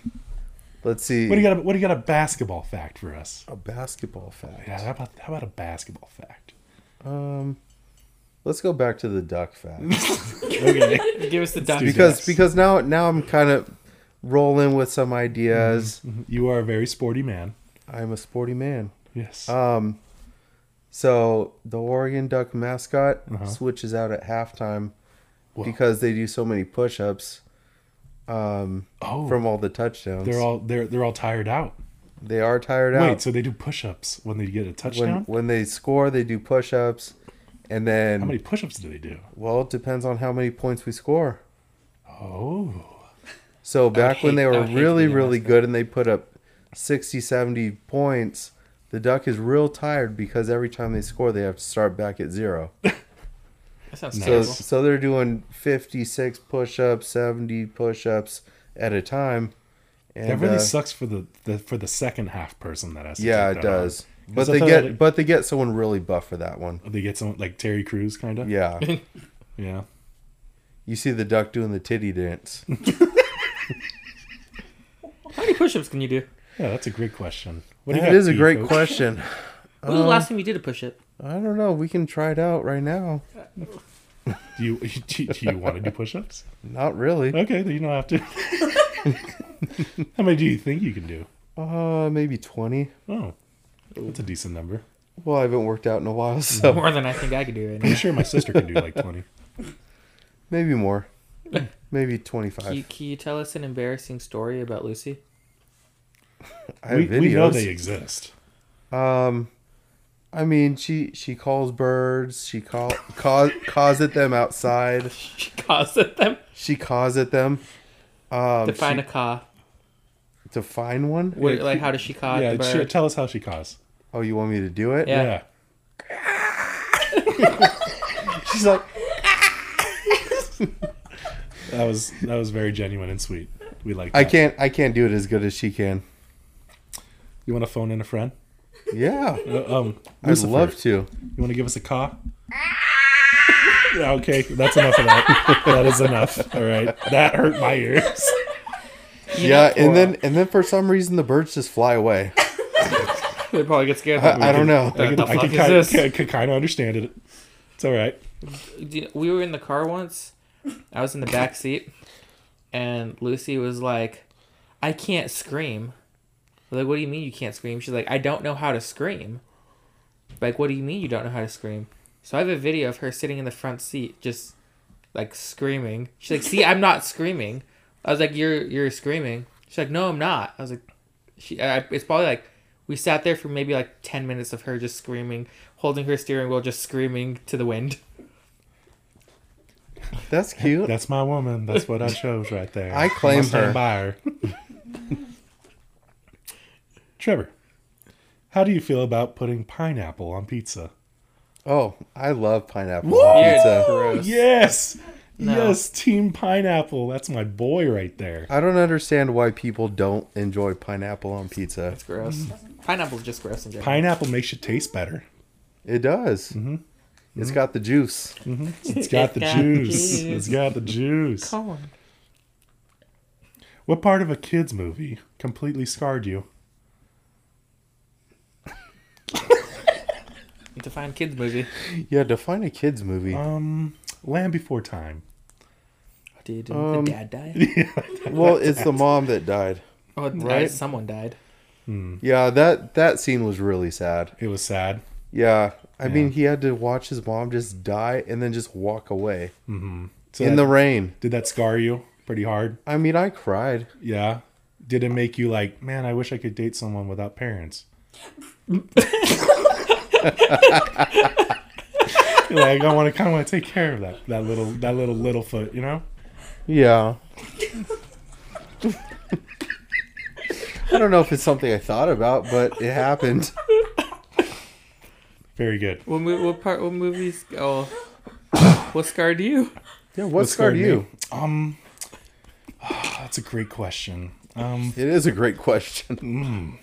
Speaker 3: let's see.
Speaker 1: What do you got? What do you got a basketball fact for us?
Speaker 3: A basketball fact.
Speaker 1: Yeah, how about how about a basketball fact?
Speaker 3: Um, let's go back to the duck fact
Speaker 1: Okay.
Speaker 4: Give us the duck.
Speaker 1: do
Speaker 3: because
Speaker 1: Yes.
Speaker 3: because now now I'm kind of rolling with some ideas.
Speaker 1: Mm-hmm. You are a very sporty man.
Speaker 3: I'm a sporty man.
Speaker 1: Yes.
Speaker 3: Um, so the Oregon Duck mascot
Speaker 1: Uh-huh.
Speaker 3: switches out at halftime
Speaker 1: Whoa.
Speaker 3: because they do so many push-ups um,
Speaker 1: oh,
Speaker 3: from all the touchdowns.
Speaker 1: they're all they're they're all tired out.
Speaker 3: they are tired
Speaker 1: Wait,
Speaker 3: out.
Speaker 1: so they do push-ups when they get a
Speaker 3: when
Speaker 1: touchdown?
Speaker 3: when they score, they do push-ups, and then
Speaker 1: How many push-ups do they do?
Speaker 3: well, it depends on how many points we score.
Speaker 1: Oh,
Speaker 3: So back when
Speaker 4: hate-
Speaker 3: they
Speaker 4: I
Speaker 3: were
Speaker 4: would hate to
Speaker 3: really
Speaker 4: be a
Speaker 3: really
Speaker 4: mascot.
Speaker 3: good and they put up 60 70 points, the duck is real tired because every time they score they have to start back at zero.
Speaker 4: That sounds
Speaker 3: So,
Speaker 4: terrible.
Speaker 3: so they're doing 56 push-ups, 70 push-ups at a time. And,
Speaker 1: that really
Speaker 3: uh,
Speaker 1: sucks for the, the for the second half person that has. To
Speaker 3: Yeah,
Speaker 1: take
Speaker 3: it
Speaker 1: that on.
Speaker 3: does. But
Speaker 1: I
Speaker 3: they
Speaker 1: thought
Speaker 3: get
Speaker 1: that-
Speaker 3: but they get someone really buff for that one.
Speaker 1: They get someone like Terry Crews, kind of.
Speaker 3: Yeah.
Speaker 1: yeah.
Speaker 3: you see the duck doing the titty dance.
Speaker 4: How many push-ups can you do?
Speaker 1: Yeah, that's a great question. What do you
Speaker 3: That
Speaker 1: got,
Speaker 3: is a
Speaker 1: Pete,
Speaker 3: great
Speaker 1: coach?
Speaker 3: question.
Speaker 4: When was the last time you did a push-up?
Speaker 3: I don't know. We can try it out right now.
Speaker 1: Do you do you- do you want to do push-ups?
Speaker 3: Not really.
Speaker 1: Okay, then you don't have to. How many do you think you can do?
Speaker 3: Uh, maybe 20.
Speaker 1: Oh, that's a decent number.
Speaker 3: Well, I haven't worked out in a while, so
Speaker 4: More than I think I could do right
Speaker 1: I'm
Speaker 4: now.
Speaker 1: sure my sister can do like 20.
Speaker 3: maybe more. Maybe
Speaker 4: Can you,
Speaker 3: 25.
Speaker 4: can you tell us an embarrassing story about Lucy?
Speaker 3: I have
Speaker 1: We,
Speaker 3: videos.
Speaker 1: we know they exist.
Speaker 3: Um, I mean, she she calls birds. She call cause caws at them outside.
Speaker 4: She caused at them
Speaker 3: She caws at them. Um,
Speaker 4: to find a
Speaker 3: she-
Speaker 4: car.
Speaker 3: to find one.
Speaker 4: What, like how does she cause
Speaker 1: yeah,
Speaker 4: the
Speaker 1: she-
Speaker 4: bird?
Speaker 1: tell us how she caused.
Speaker 3: Oh, you want me to do it?
Speaker 4: Yeah.
Speaker 1: yeah.
Speaker 3: She's like,
Speaker 1: That was that was very genuine and sweet. We like.
Speaker 3: I can't I can't do it as good as she can.
Speaker 1: You want to phone in a friend?
Speaker 3: Yeah,
Speaker 1: Uh, um,
Speaker 3: I'd
Speaker 1: Lucifer,
Speaker 3: love to.
Speaker 1: You want to give us a caw? Yeah, okay, that's enough of that. that is enough. All right, that hurt my ears.
Speaker 3: Yeah, and then and then for some reason the birds just fly away.
Speaker 4: They probably get scared.
Speaker 3: I, I don't know.
Speaker 1: I can,
Speaker 4: the
Speaker 1: I
Speaker 4: fuck
Speaker 1: can
Speaker 4: is
Speaker 1: kind,
Speaker 4: this?
Speaker 1: can, can kind of understand it. It's all right.
Speaker 4: Do you- we were in the car once. I was in the back seat, and Lucy was like, "I can't scream." We're like, what do you mean you can't scream? She's like, "I don't know how to scream." Like, what do you mean you don't know how to scream? So I have a video of her sitting in the front seat, just like screaming. She's like, "See, I'm not screaming." I was like, "You're you're screaming." She's like, "No, I'm not." I was like, "She." I, I- it's probably like we sat there for maybe like ten minutes of her just screaming, holding her steering wheel, just screaming to the wind.
Speaker 3: That's cute.
Speaker 1: That's my woman. That's what I chose right there.
Speaker 3: I claim
Speaker 1: I'm gonna stand
Speaker 3: her.
Speaker 1: by her. Trevor, How do you feel about putting pineapple on pizza?
Speaker 3: Oh, I love pineapple
Speaker 1: Woo!
Speaker 3: on
Speaker 4: You're
Speaker 3: pizza.
Speaker 4: gross.
Speaker 1: Yes.
Speaker 4: No.
Speaker 1: Yes, Team Pineapple. That's my boy right there.
Speaker 3: I don't understand why people don't enjoy pineapple on pizza.
Speaker 4: That's gross. Pineapple's just gross in general.
Speaker 1: Pineapple makes you taste better.
Speaker 3: It does. Mm-hmm. It's got the juice.
Speaker 1: It's got the
Speaker 4: got the
Speaker 1: juice.
Speaker 4: juice.
Speaker 1: It's got the juice.
Speaker 4: Colin.
Speaker 1: What part of a kids movie completely scarred you?
Speaker 4: Define kids movie.
Speaker 3: Yeah, define a kids movie.
Speaker 1: Um, Land Before Time.
Speaker 4: Did
Speaker 3: Um,
Speaker 4: the dad die?
Speaker 3: well, it's the mom that died.
Speaker 4: Oh, it died-
Speaker 3: right?
Speaker 4: someone died.
Speaker 3: Yeah, that that scene was really sad.
Speaker 1: It was sad.
Speaker 3: Yeah. I mean, he had to watch his mom just die and then just walk away
Speaker 1: Mm-hmm. So
Speaker 3: in
Speaker 1: that-
Speaker 3: the rain.
Speaker 1: did that scar you pretty hard?
Speaker 3: I mean, I cried.
Speaker 1: Yeah. Did it make you like, man, I wish I could date someone without parents? You're like I want to kind of want to take care of that that little that little little foot, you know?
Speaker 3: Yeah. I don't know if it's something I thought about, but it happened.
Speaker 1: Very good.
Speaker 4: What, mo- what part? What movies? Oh, what scarred you?
Speaker 3: Yeah, what, scarred
Speaker 1: me?
Speaker 3: you?
Speaker 1: Um, that's a great question. Um,
Speaker 3: It is a great question.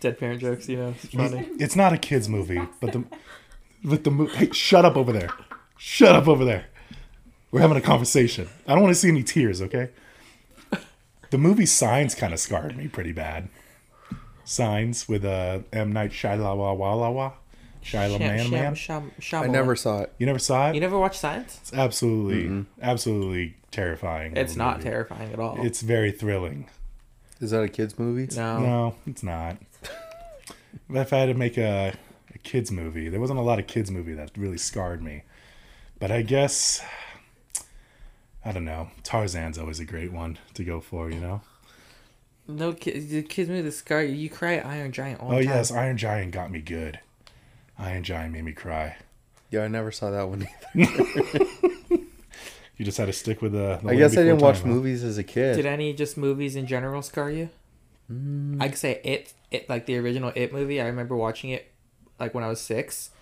Speaker 4: Dead parent jokes. You know, it's funny.
Speaker 1: it's not a kids movie, but the but the movie. Hey, shut up over there! Shut up over there! We're having a conversation. I don't want to see any tears, okay? The movie Signs kind of scarred me pretty bad. Signs with uh, M Night Shyamalan. Shyamalan. Man, man.
Speaker 4: Sham,
Speaker 3: I never saw it.
Speaker 1: You never saw it?
Speaker 4: You never watched Science?
Speaker 1: it's absolutely, absolutely terrifying.
Speaker 4: It's
Speaker 1: little
Speaker 4: not
Speaker 1: movie.
Speaker 4: terrifying at all.
Speaker 1: It's very thrilling.
Speaker 3: Is that a kids movie?
Speaker 4: no.
Speaker 1: No, it's not. if I had to make a, a kids movie, there wasn't a lot of kids movie that really scarred me. But I guess I don't know. Tarzan's always a great one to go for, you know.
Speaker 4: No kids. The kids movie that scar you. You cry at Iron Giant all the
Speaker 1: Oh
Speaker 4: time.
Speaker 1: yes, Iron Giant got me good. Iron Giant made me cry.
Speaker 3: Yeah, I never saw that one. either.
Speaker 1: You just had to stick with the. the
Speaker 3: I
Speaker 1: Land
Speaker 3: guess I didn't
Speaker 1: Before
Speaker 3: watch
Speaker 1: Time, huh?
Speaker 3: movies as a kid.
Speaker 4: Did any just movies in general scar you?
Speaker 3: Mm-hmm.
Speaker 4: I could say it, it like the original It movie. I remember watching it like when I was six,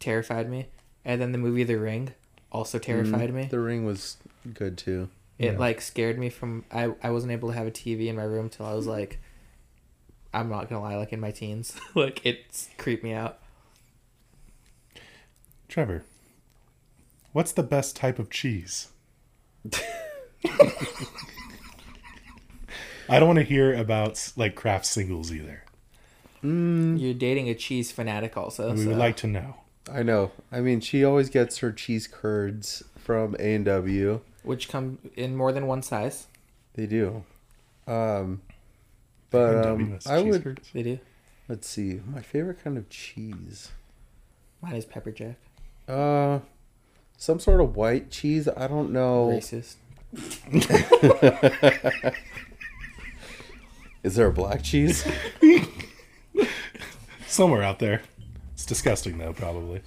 Speaker 4: terrified me. And then the movie The Ring also
Speaker 1: Mm-hmm.
Speaker 4: terrified me.
Speaker 3: The Ring was good too.
Speaker 4: It like scared me from. I I wasn't able to have a TV in my room till I was like, I'm not gonna lie, like in my teens. like it creeped me out.
Speaker 1: Trevor, what's the best type of cheese? I don't want to hear about like craft singles either.
Speaker 4: You're dating a cheese fanatic, also.
Speaker 1: Mm. We
Speaker 4: so.
Speaker 1: would like to know.
Speaker 3: I know. I mean, she always gets her cheese curds from A and W.
Speaker 4: which come in more than one size.
Speaker 3: They do. Um, but um,
Speaker 1: AWS
Speaker 3: I
Speaker 1: cheese
Speaker 3: would
Speaker 1: curds.
Speaker 4: They do.
Speaker 3: let's see. My favorite kind of cheese.
Speaker 4: Mine is pepper jack.
Speaker 3: Uh, some sort of white cheese. I don't
Speaker 1: Oh.
Speaker 3: know.
Speaker 4: Racist.
Speaker 3: Is there a black cheese?
Speaker 1: somewhere out there. It's disgusting though, probably.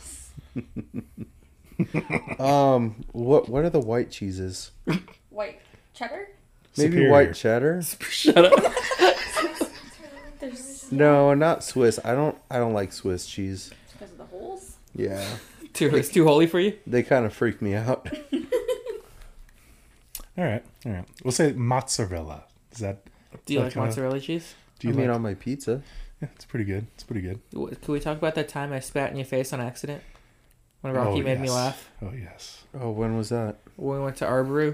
Speaker 3: um, what what are the white cheeses?
Speaker 5: White cheddar?
Speaker 3: Maybe
Speaker 1: Superior.
Speaker 3: white cheddar.
Speaker 5: There's
Speaker 3: No, not Swiss. I don't. I don't like Swiss cheese.
Speaker 5: because of the holes.
Speaker 3: Yeah,
Speaker 4: Too, it's too holy for you.
Speaker 3: they kind of freak me out.
Speaker 1: All right, all right. We'll say mozzarella. Is that?
Speaker 4: Do you
Speaker 1: that
Speaker 4: like
Speaker 1: kinda-
Speaker 4: mozzarella cheese?
Speaker 1: Do you
Speaker 3: I mean, um,
Speaker 1: like?
Speaker 3: on my pizza.
Speaker 1: yeah, it's pretty good. It's pretty good.
Speaker 4: Wh- Can we talk about that time I spat in your face on accident? When Rocky
Speaker 1: Oh,
Speaker 4: made me
Speaker 1: yes.
Speaker 4: laugh.
Speaker 1: Oh yes.
Speaker 3: Oh, when was that?
Speaker 4: When we went to Arboru.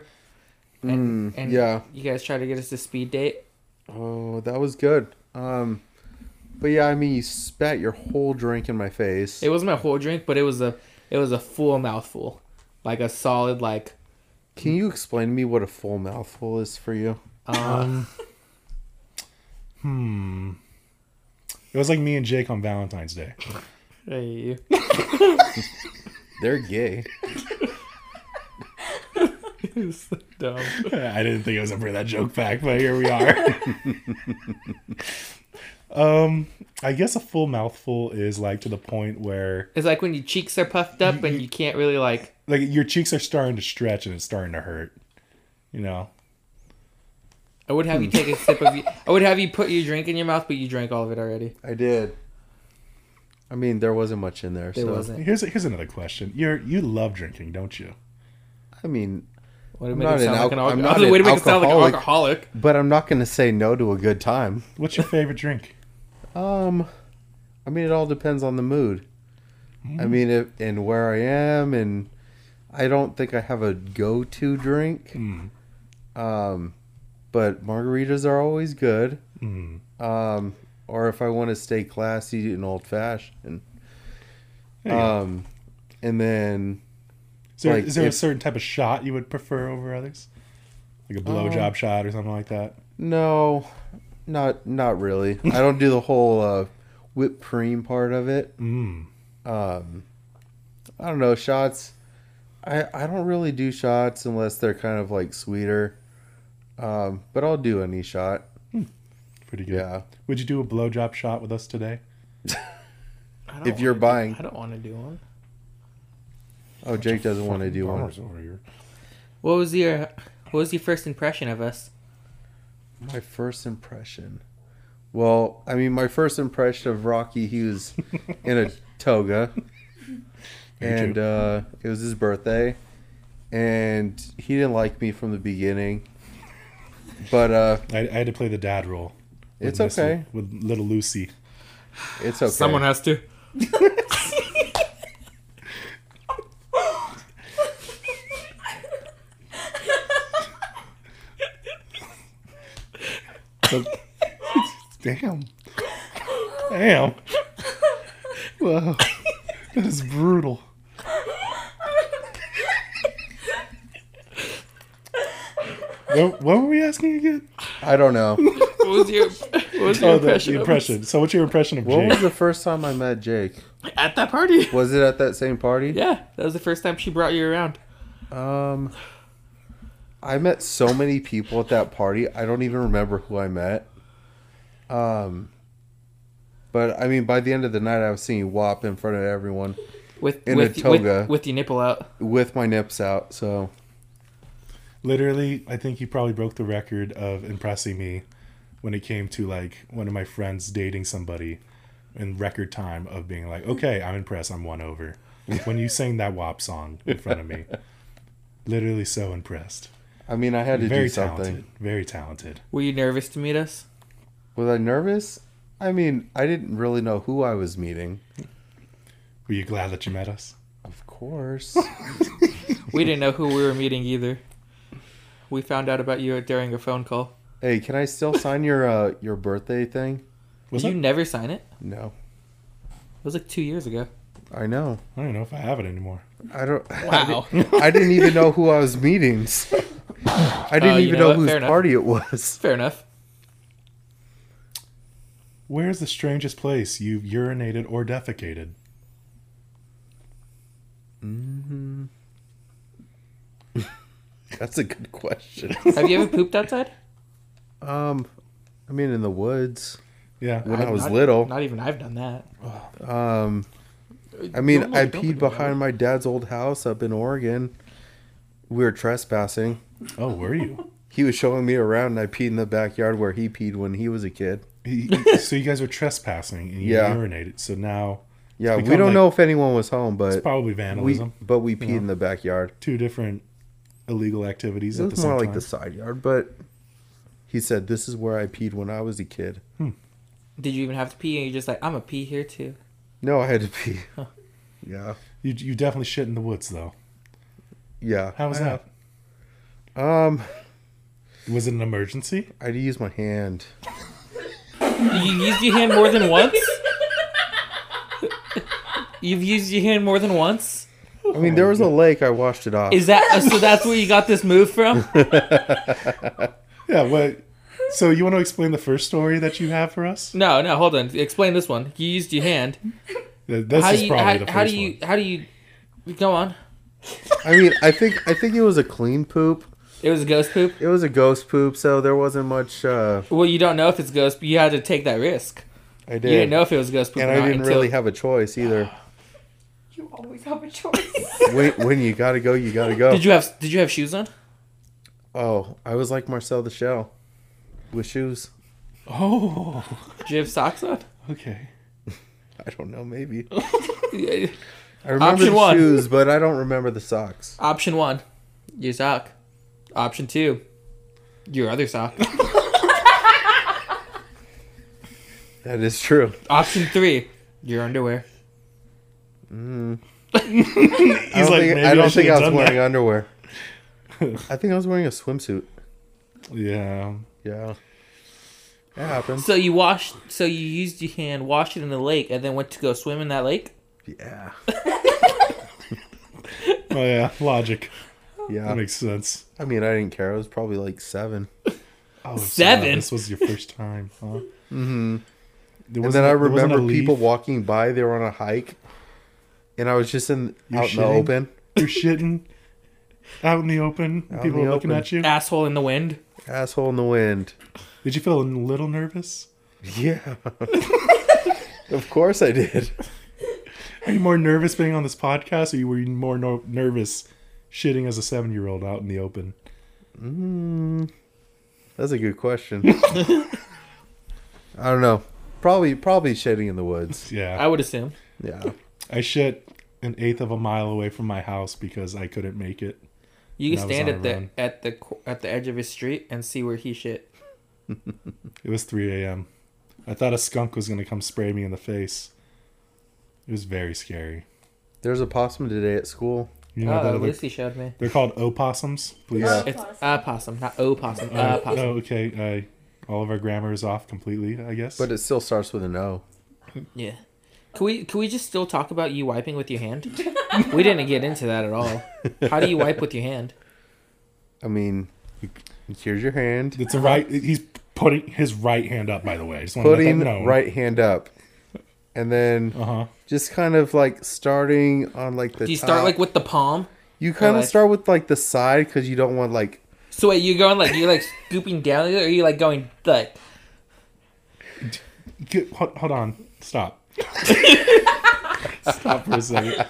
Speaker 4: And,
Speaker 3: Mm, yeah.
Speaker 4: you guys tried to get us to speed date.
Speaker 3: Oh, that was good. Um, but yeah, I mean, you spat your whole drink in my face.
Speaker 4: It wasn't my whole drink, but it was a it was a full mouthful. Like a solid like
Speaker 3: Can you explain to me what a full mouthful is for you?
Speaker 1: Um. hmm. It was like me and Jake on Valentine's Day.
Speaker 4: hey,
Speaker 3: They're gay.
Speaker 4: it was so dumb.
Speaker 1: I didn't think I was up for that joke back, but here we are. um, I guess a full mouthful is like to the point where
Speaker 4: It's like when your cheeks are puffed up and you can't really like
Speaker 1: like your cheeks are starting to stretch and it's starting to hurt. You know,
Speaker 4: I would have you take a sip of you I would have you put your drink in your mouth, but you drank all of it already.
Speaker 3: I did. I mean, there wasn't much in there.
Speaker 4: There
Speaker 3: so.
Speaker 4: wasn't.
Speaker 1: Here's here's another question. You're you love drinking, don't you?
Speaker 3: I mean,
Speaker 4: Way to
Speaker 3: I'm
Speaker 4: make
Speaker 3: not
Speaker 4: it
Speaker 3: an
Speaker 4: sound like an
Speaker 3: alco- I'm not
Speaker 4: alcoholic. Way to
Speaker 3: an
Speaker 4: make it sound like an
Speaker 3: alcoholic.
Speaker 4: alcoholic.
Speaker 3: but I'm not going to say no to a good time.
Speaker 1: What's your favorite drink?
Speaker 3: Um, I mean, it all depends on the mood. I mean, if, and where I am, and I don't think I have a go-to drink.
Speaker 1: Mm.
Speaker 3: Um, but margaritas are always good.
Speaker 1: Mm.
Speaker 3: Um, or if I want to stay classy and old-fashioned.
Speaker 1: There you go.
Speaker 3: Um, and then
Speaker 1: Is there,
Speaker 3: like,
Speaker 1: is there
Speaker 3: if-
Speaker 1: a certain type of shot you would prefer over others? Like a blowjob
Speaker 3: Um,
Speaker 1: shot or something like that?
Speaker 3: No, not not really. I don't do the whole uh, whipped cream part of it.
Speaker 1: Mm.
Speaker 3: Um, I don't know shots. I I don't really do shots unless they're kind of like sweeter. Um, but I'll do any shot.
Speaker 1: Pretty good.
Speaker 3: Yeah,
Speaker 1: Would you do a blowjob shot with us today?
Speaker 4: I don't
Speaker 3: if you're
Speaker 4: wanna do-
Speaker 3: buying.
Speaker 4: I don't want to do one.
Speaker 3: Oh, Jake doesn't want to do one.
Speaker 1: Bars over here.
Speaker 4: What was your What was your first impression of us?
Speaker 3: My first impression. Well, I mean, my first impression of Rocky Hughes in a toga, and uh, it was his birthday, and he didn't like me from the beginning. But uh,
Speaker 1: I, I had to play the dad role. with
Speaker 3: It's
Speaker 1: Miss-
Speaker 3: okay.
Speaker 1: With little Lucy.
Speaker 3: it's okay.
Speaker 4: has to.
Speaker 1: Damn. Damn. Whoa. That is brutal. What, what were we asking again?
Speaker 3: I don't know.
Speaker 4: What was your What was your
Speaker 1: Oh, the,
Speaker 4: impression?
Speaker 1: the
Speaker 4: of
Speaker 1: impression. So, what's your impression of
Speaker 3: What
Speaker 1: Jake?
Speaker 3: was the first time I met Jake?
Speaker 4: us? at that party.
Speaker 3: Was it at that same party?
Speaker 4: Yeah, that was the first time she brought you around.
Speaker 3: Um, I met so many people at that party. I don't even remember who I met. Um, but I mean, by the end of the night, I was singing WAP in front of everyone
Speaker 4: With
Speaker 3: In a
Speaker 4: with,
Speaker 3: toga.
Speaker 4: with with your nipple out.
Speaker 3: with my nips out. So
Speaker 1: Literally, I think you probably broke the record of impressing me when it came to like one of my friends dating somebody in record time of being like, okay, I'm impressed, I'm one over. when you sang that WAP song in front of me, literally so impressed.
Speaker 3: I mean, I had to
Speaker 1: Very
Speaker 3: do something.
Speaker 1: talented. Very talented.
Speaker 4: Were you nervous to meet us?
Speaker 3: Was I nervous? I mean, I didn't really know who I was meeting.
Speaker 1: Were you glad that you met us?
Speaker 3: Of course.
Speaker 4: We didn't know who we were meeting either. We found out about you during a phone call.
Speaker 3: hey, can I still sign your uh, your birthday thing?
Speaker 1: Was
Speaker 4: Did you
Speaker 1: that-
Speaker 4: never sign it?
Speaker 3: No,
Speaker 4: It was like two years ago.
Speaker 3: I know.
Speaker 1: I don't know if I have it anymore.
Speaker 3: I don't.
Speaker 4: Wow.
Speaker 3: I didn't even know who I was meeting. so- I didn't
Speaker 4: Uh, you
Speaker 3: even
Speaker 4: know
Speaker 3: know,
Speaker 4: what? Fair
Speaker 3: whose
Speaker 4: enough.
Speaker 3: party it was.
Speaker 4: Fair enough.
Speaker 1: Where's the strangest place you've urinated or defecated?
Speaker 3: That's a good question.
Speaker 4: Have you ever pooped outside?
Speaker 3: um, I mean, in the woods
Speaker 1: Yeah. Oh,
Speaker 3: when I,
Speaker 4: I've
Speaker 3: was
Speaker 4: not-
Speaker 3: little.
Speaker 4: Not even I've done that.
Speaker 3: Um, I mean,
Speaker 4: Don't
Speaker 3: I
Speaker 4: look- don't
Speaker 3: peed
Speaker 4: look at me.
Speaker 3: behind my dad's old house up in Oregon. We were trespassing.
Speaker 1: Oh, were you?
Speaker 3: He was showing me around, and I peed in the backyard where he peed when he was a kid.
Speaker 1: He- he- so you guys were trespassing and you
Speaker 3: Yeah.
Speaker 1: urinated. So now
Speaker 3: Yeah, we
Speaker 1: become,
Speaker 3: don't
Speaker 1: like-
Speaker 3: know if anyone was home,
Speaker 1: it's
Speaker 3: but
Speaker 1: probably
Speaker 3: we
Speaker 1: vandalism.
Speaker 3: but we peed in the backyard.
Speaker 1: two different illegal activities
Speaker 3: It
Speaker 1: at the
Speaker 3: was
Speaker 1: same
Speaker 3: more
Speaker 1: time.
Speaker 3: like the side yard, but he said this is where I peed when I was a kid.
Speaker 4: Did you even have to pee? And you're just like, I'm a pee here too.
Speaker 3: No, I had to pee. Yeah.
Speaker 1: You, you definitely shit in the woods though.
Speaker 3: Yeah.
Speaker 1: How was
Speaker 3: I-
Speaker 1: that?
Speaker 3: Um,
Speaker 1: Was it an emergency?
Speaker 3: I had to use my hand.
Speaker 4: You used your hand more than once. You've used your hand more than once.
Speaker 3: I
Speaker 1: Oh
Speaker 3: mean, there was a lake. I washed it off.
Speaker 4: Is that uh, so? That's where you got this move from.
Speaker 1: Yeah. What? So you want to explain the first story that you have for us?
Speaker 4: No, no, hold on. Explain this one. You used your hand.
Speaker 1: Th- This
Speaker 4: how
Speaker 1: is
Speaker 4: do you?
Speaker 1: probably
Speaker 4: How,
Speaker 1: the first
Speaker 4: how do you? How do you? Go on.
Speaker 3: I mean, I think I think it was a clean poop.
Speaker 4: It was a ghost poop.
Speaker 3: It was a ghost poop, so there wasn't much. Uh,
Speaker 4: Well, you don't know if it's ghost. But you had to take that risk.
Speaker 3: I did.
Speaker 4: You didn't know if it was ghost poop.
Speaker 3: and
Speaker 4: or
Speaker 3: I
Speaker 4: not
Speaker 3: didn't
Speaker 4: until-
Speaker 3: really have a choice either.
Speaker 5: You always have a choice.
Speaker 3: when, when you gotta go, you gotta go.
Speaker 4: Did you have? Did you have shoes on?
Speaker 3: oh, I was like Marcel the Shell with shoes.
Speaker 1: Oh.
Speaker 4: Did you have socks on?
Speaker 1: Okay.
Speaker 3: I don't know. Maybe I
Speaker 4: Option
Speaker 3: remember the
Speaker 4: one.
Speaker 3: shoes, but I don't remember the socks.
Speaker 4: Option one, your sock. Option two, your other sock.
Speaker 3: That is true.
Speaker 4: Option three, your underwear.
Speaker 3: I
Speaker 1: He's
Speaker 3: don't,
Speaker 1: like,
Speaker 3: think,
Speaker 1: maybe
Speaker 3: I don't
Speaker 1: I
Speaker 3: think
Speaker 1: should
Speaker 3: I
Speaker 1: have
Speaker 3: was
Speaker 1: done
Speaker 3: wearing
Speaker 1: that.
Speaker 3: underwear. I think I was wearing a swimsuit.
Speaker 1: Yeah.
Speaker 3: Yeah, that happens.
Speaker 4: So you washed. So you used your hand, washed it in the lake, and then went to go swim in that lake.
Speaker 3: Yeah,
Speaker 1: Oh yeah. Logic. That
Speaker 3: yeah.
Speaker 1: makes sense.
Speaker 3: I mean, I didn't care. I was probably like seven.
Speaker 1: Oh, so
Speaker 4: Seven?
Speaker 1: this was your first time, huh? Mm-hmm.
Speaker 3: And then I remember people walking by. They were on a hike, and I was just in
Speaker 1: You're
Speaker 3: out in the
Speaker 1: shitting?
Speaker 3: open.
Speaker 1: You're shitting out in the open.
Speaker 3: Out in
Speaker 1: people
Speaker 3: the
Speaker 1: are looking
Speaker 3: open.
Speaker 1: at you.
Speaker 4: Asshole in the wind.
Speaker 3: Asshole in the wind.
Speaker 1: Did you feel a little nervous?
Speaker 3: Yeah. of course I did.
Speaker 1: Are you more nervous being on this podcast, or you were you more no- nervous shitting as a seven-year-old out in the open?
Speaker 3: Mm, That's a good question. I don't know. Probably probably shedding in the woods.
Speaker 1: Yeah,
Speaker 4: I would assume.
Speaker 3: Yeah.
Speaker 1: I shit an eighth of a mile away from my house because I couldn't make it.
Speaker 4: You
Speaker 1: That
Speaker 4: can
Speaker 1: was
Speaker 4: stand
Speaker 1: on
Speaker 4: at the
Speaker 1: run.
Speaker 4: at the co- at the edge of his street and see where he shit.
Speaker 1: It was 3 a.m. I thought a skunk was gonna come spray me in the face. It was very scary.
Speaker 3: There's a possum today at school.
Speaker 1: You know
Speaker 4: Oh,
Speaker 1: that other,
Speaker 4: Lucy showed me.
Speaker 1: they're called opossums. Please.
Speaker 3: Yeah.
Speaker 4: It's opossum, not opossum.
Speaker 1: Uh,
Speaker 4: Opossum.
Speaker 1: no, okay. I, all of our grammar is off completely, I guess.
Speaker 3: But it still starts with an O.
Speaker 4: Yeah. Can we can we just still talk about you wiping with your hand? we didn't get into that at all. How do you wipe with your hand?
Speaker 3: I mean, you- here's your hand.
Speaker 1: it's a right. He's putting his right hand up. By the way, I just want
Speaker 3: Putting
Speaker 1: to let that known.
Speaker 3: right hand up. And then
Speaker 1: Uh huh.
Speaker 3: just kind of like starting on like the
Speaker 4: Do you start
Speaker 3: top.
Speaker 4: like with the palm?
Speaker 3: you kind of
Speaker 4: like-
Speaker 3: start with like the side because you don't want like
Speaker 4: So wait, you going like you like scooping down, or are you like going like?
Speaker 1: Get, hold, hold on. Stop. Stop for a second.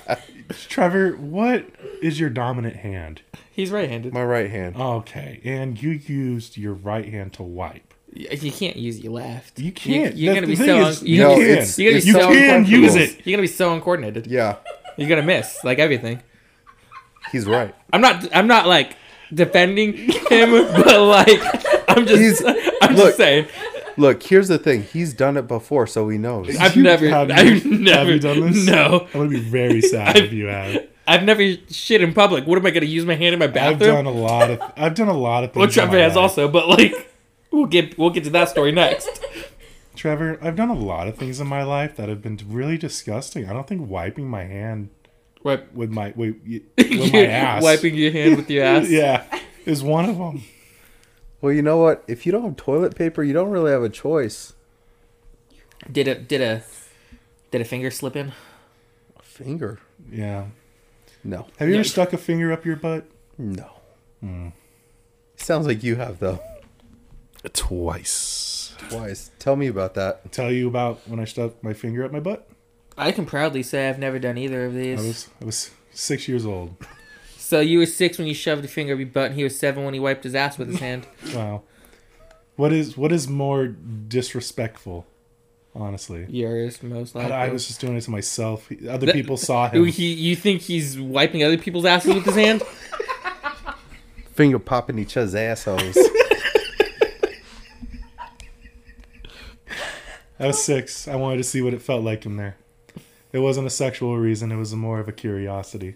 Speaker 1: Trevor, what is your dominant hand?
Speaker 4: He's right-handed.
Speaker 3: my right hand.
Speaker 1: Okay, and you used your right hand to wipe.
Speaker 4: You you can't use E your left.
Speaker 1: You can't.
Speaker 4: You,
Speaker 1: That's
Speaker 4: are gonna be
Speaker 1: the
Speaker 4: so.
Speaker 1: thing
Speaker 4: Un-
Speaker 1: is,
Speaker 4: you
Speaker 1: No,
Speaker 4: no,
Speaker 1: can.
Speaker 4: it's,
Speaker 1: it's-
Speaker 4: you're gonna be
Speaker 1: you
Speaker 4: so
Speaker 1: can use
Speaker 4: uncomfortable. You're gonna be so uncoordinated.
Speaker 3: Yeah,
Speaker 4: You're gonna miss like everything.
Speaker 3: he's right.
Speaker 4: I'm not. I'm not like defending him, but like I'm just.
Speaker 3: He's-
Speaker 4: I'm
Speaker 3: look.
Speaker 4: just saying.
Speaker 3: Look, here's the thing. He's done it before, so he knows.
Speaker 4: I've
Speaker 1: You
Speaker 4: never.
Speaker 1: have-
Speaker 4: I've never
Speaker 1: you done this?
Speaker 4: No.
Speaker 1: I'm gonna be very sad if you have.
Speaker 4: I've never shit in public. What am I gonna use my hand in my
Speaker 1: I've
Speaker 4: bathroom?
Speaker 1: done a lot of. I've done a lot of things.
Speaker 4: well,
Speaker 1: in
Speaker 4: Trevor
Speaker 1: my
Speaker 4: has
Speaker 1: life.
Speaker 4: also, but like we'll get we'll get to that story next.
Speaker 1: Trevor, I've done a lot of things in my life that have been really disgusting. I don't think wiping my hand
Speaker 4: Wipe
Speaker 1: with my wait, y- with my ass
Speaker 4: wiping your hand with your ass.
Speaker 1: yeah, is one of them.
Speaker 3: Well, you know what? If you don't have toilet paper, you don't really have a choice.
Speaker 4: Did a did a did a finger slip in?
Speaker 3: A finger?
Speaker 1: Yeah.
Speaker 3: No,
Speaker 1: Have you
Speaker 4: Yeah.
Speaker 1: ever stuck a finger up your butt?
Speaker 3: no. Sounds like you have though.
Speaker 1: Twice.
Speaker 3: Twice. Tell me about that.
Speaker 1: Tell you about when I stuck my finger up my butt.
Speaker 4: I can proudly say I've never done either of
Speaker 1: I
Speaker 4: these.
Speaker 1: was I was six years old.
Speaker 4: So you were six when you shoved a finger up your butt, and he was seven when he wiped his ass with his hand.
Speaker 1: Wow. What is what is more disrespectful? Honestly,
Speaker 4: Yours, most
Speaker 1: I,
Speaker 4: likely.
Speaker 1: I was just doing it to myself. Other
Speaker 4: That-
Speaker 1: people saw
Speaker 4: Ooh,
Speaker 1: him.
Speaker 4: he, you think he's wiping other people's asses with his hand?
Speaker 3: Finger popping each other's assholes.
Speaker 1: I was six. I wanted to see what it felt like in there. It wasn't a sexual reason. It was more of a curiosity.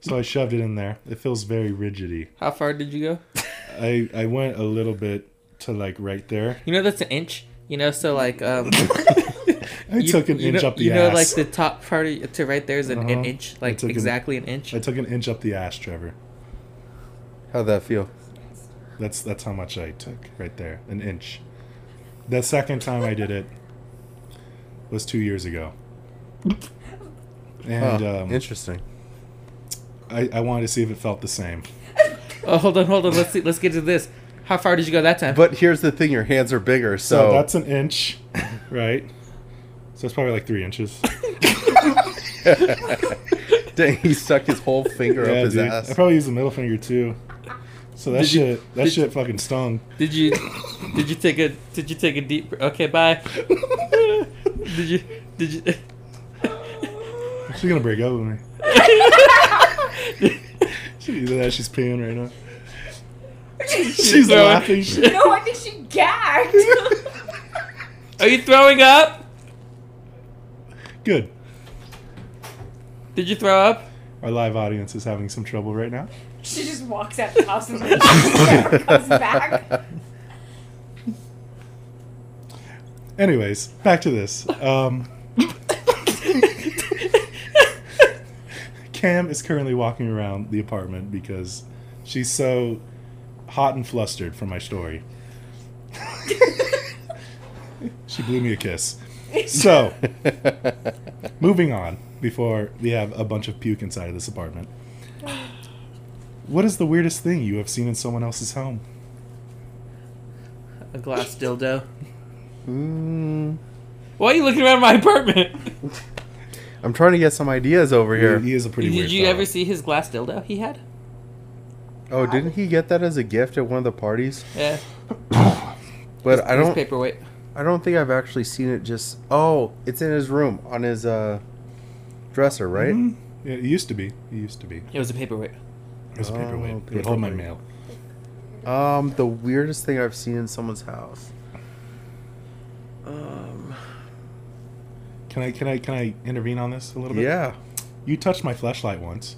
Speaker 1: So I shoved it in there. It feels very rigidy.
Speaker 4: How far did you go?
Speaker 1: I I went a little bit to like right there.
Speaker 4: You know that's an inch. You know, so like um,
Speaker 1: I took an inch
Speaker 4: know,
Speaker 1: up the
Speaker 4: You
Speaker 1: ass.
Speaker 4: know, like the top part of, to right there is an,
Speaker 1: Uh-huh.
Speaker 4: an inch,
Speaker 1: I
Speaker 4: like
Speaker 1: took an-
Speaker 4: exactly an inch.
Speaker 1: I took an inch up the ass, Trevor.
Speaker 3: How'd that feel?
Speaker 1: That's that's how much I took right there, an inch. The second time I did it was two years ago,
Speaker 3: Huh,
Speaker 1: and um,
Speaker 3: interesting.
Speaker 1: I, I wanted to see if it felt the same.
Speaker 4: Oh, hold on, hold on. Let's see. Let's get to this. How far did you go that time?
Speaker 3: But here's the thing: your hands are bigger,
Speaker 1: So
Speaker 3: so,
Speaker 1: that's an inch, right? So it's probably like three inches.
Speaker 3: dang, he stuck his whole finger
Speaker 1: Yeah,
Speaker 3: up his
Speaker 1: dude. I
Speaker 3: ass.
Speaker 1: probably used the middle finger too. So that
Speaker 4: Did you-
Speaker 1: shit, that
Speaker 4: did-
Speaker 1: shit fucking stung.
Speaker 4: did you did you take a did you take a deep? br- Okay, bye. did you Did you?
Speaker 1: She's gonna break up with me. She, you know that she's peeing right now. She's
Speaker 4: throwing-
Speaker 1: laughing.
Speaker 5: No, I think she gagged.
Speaker 4: Are you throwing up?
Speaker 1: Good.
Speaker 4: Did you throw up?
Speaker 1: Our live audience is having some trouble right now.
Speaker 5: she just walks out the house and comes back.
Speaker 1: Anyways, back to this. Um, Cam is currently walking around the apartment because she's so hot and flustered from my story. she blew me a kiss. So, moving on before we have a bunch of puke inside of this apartment. What is the weirdest thing you have seen in someone else's home?
Speaker 4: A glass dildo.
Speaker 3: Mm,
Speaker 4: Why are you looking around my apartment?
Speaker 3: I'm trying to get some ideas over here.
Speaker 1: He, he is a pretty weird
Speaker 4: Did you
Speaker 1: fellow.
Speaker 4: ever see his glass dildo he had?
Speaker 3: Oh, didn't he get that as a gift at one of the parties?
Speaker 4: Yeah.
Speaker 3: But I don't.
Speaker 4: Paperweight.
Speaker 3: I don't think I've actually seen it. Just oh, it's in his room on his uh, dresser, right?
Speaker 1: Mhm. Yeah, it used to be. It used to be.
Speaker 4: It was a paperweight.
Speaker 1: It was a
Speaker 3: Oh,
Speaker 1: paperweight. It would hold my mail.
Speaker 3: Um, the weirdest thing I've seen in someone's house. Um,
Speaker 1: Can I can I can I intervene on this a little bit?
Speaker 3: yeah.
Speaker 1: You touched my flashlight once.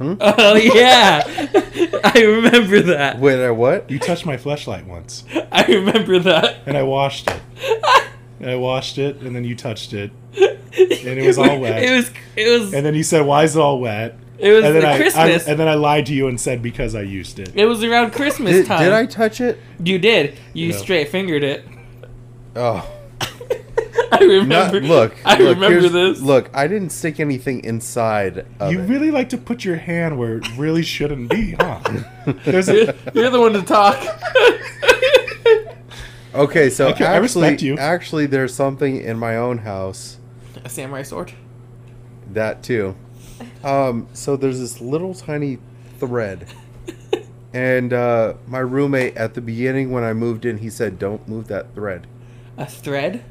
Speaker 4: Oh yeah, I remember that.
Speaker 3: Wait, I what?
Speaker 1: You touched my flashlight once.
Speaker 4: I remember that.
Speaker 1: And I washed it. And I washed it and then you touched it. And it was all wet.
Speaker 4: It was. It was.
Speaker 1: And then you said, Why is it all wet?
Speaker 4: It was
Speaker 1: and then
Speaker 4: the
Speaker 1: I,
Speaker 4: Christmas.
Speaker 1: I and then I lied to you and said because I used it.
Speaker 4: it was around Christmas
Speaker 3: Did,
Speaker 4: time.
Speaker 3: did I touch it?
Speaker 4: You did. You
Speaker 1: No.
Speaker 4: straight fingered it.
Speaker 3: Oh,
Speaker 4: I
Speaker 3: not,
Speaker 4: remember.
Speaker 3: look.
Speaker 4: I
Speaker 3: look,
Speaker 4: remember
Speaker 3: here's-
Speaker 4: this.
Speaker 3: Look, I didn't stick anything inside of
Speaker 1: You
Speaker 3: it.
Speaker 1: really like to put your hand where it really shouldn't be, huh? There's
Speaker 4: You're,
Speaker 1: a,
Speaker 4: you're the one to talk.
Speaker 3: Okay, so
Speaker 1: Okay, I
Speaker 3: actually,
Speaker 1: respect you.
Speaker 3: actually, there's something in my own house
Speaker 4: a samurai sword.
Speaker 3: that too. Um, so there's this little tiny thread, and uh, my roommate at the beginning when I moved in, he said, "Don't move that thread."
Speaker 4: A thread.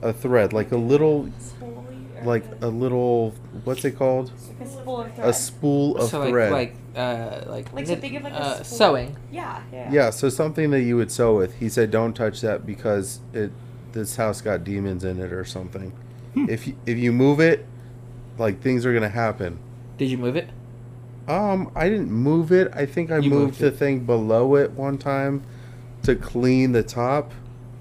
Speaker 3: A thread, like a little,
Speaker 2: Spoolie or
Speaker 3: like a little, what's it called?
Speaker 5: It's full of
Speaker 3: A
Speaker 5: thread.
Speaker 3: spool of
Speaker 4: so like
Speaker 3: thread.
Speaker 4: like uh like
Speaker 5: Like, so think of, like, a
Speaker 4: uh,
Speaker 5: spool.
Speaker 4: sewing.
Speaker 5: yeah, yeah.
Speaker 3: yeah, so something that you would sew with. He said, "Don't touch that because it, this house got demons in it or something. If you, if you move it, like things are gonna happen."
Speaker 4: Did you move it?
Speaker 3: Um, I didn't move it. I think I
Speaker 4: You
Speaker 3: moved,
Speaker 4: moved
Speaker 3: the
Speaker 4: it.
Speaker 3: thing below it one time to clean the top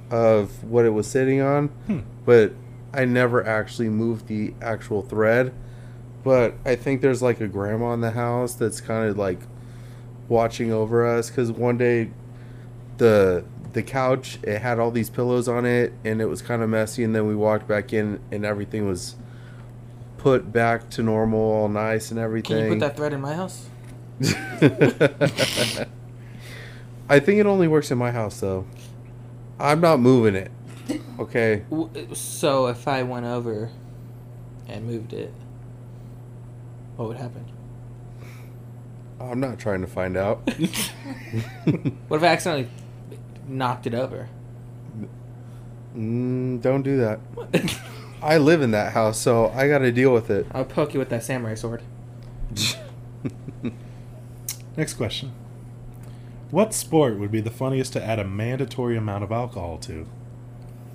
Speaker 3: of what it was sitting on,
Speaker 4: Hmm.
Speaker 3: but I never actually moved the actual thread. But I think there's like a grandma in the house that's kind of like watching over us because one day the the couch it had all these pillows on it and it was kind of messy and then we walked back in and everything was put back to normal all nice and everything
Speaker 4: Can you put that thread in my house?
Speaker 3: I think it only works in my house though. I'm not moving it. Okay.
Speaker 4: W- So if I went over and moved it, what would happen?
Speaker 3: I'm not trying to find out.
Speaker 4: What if I accidentally knocked it over?
Speaker 3: mm, don't do that. I live in that house, so I got to deal with it.
Speaker 4: I'll poke you with that samurai sword.
Speaker 1: next question. What sport would be the funniest to add a mandatory amount of alcohol to?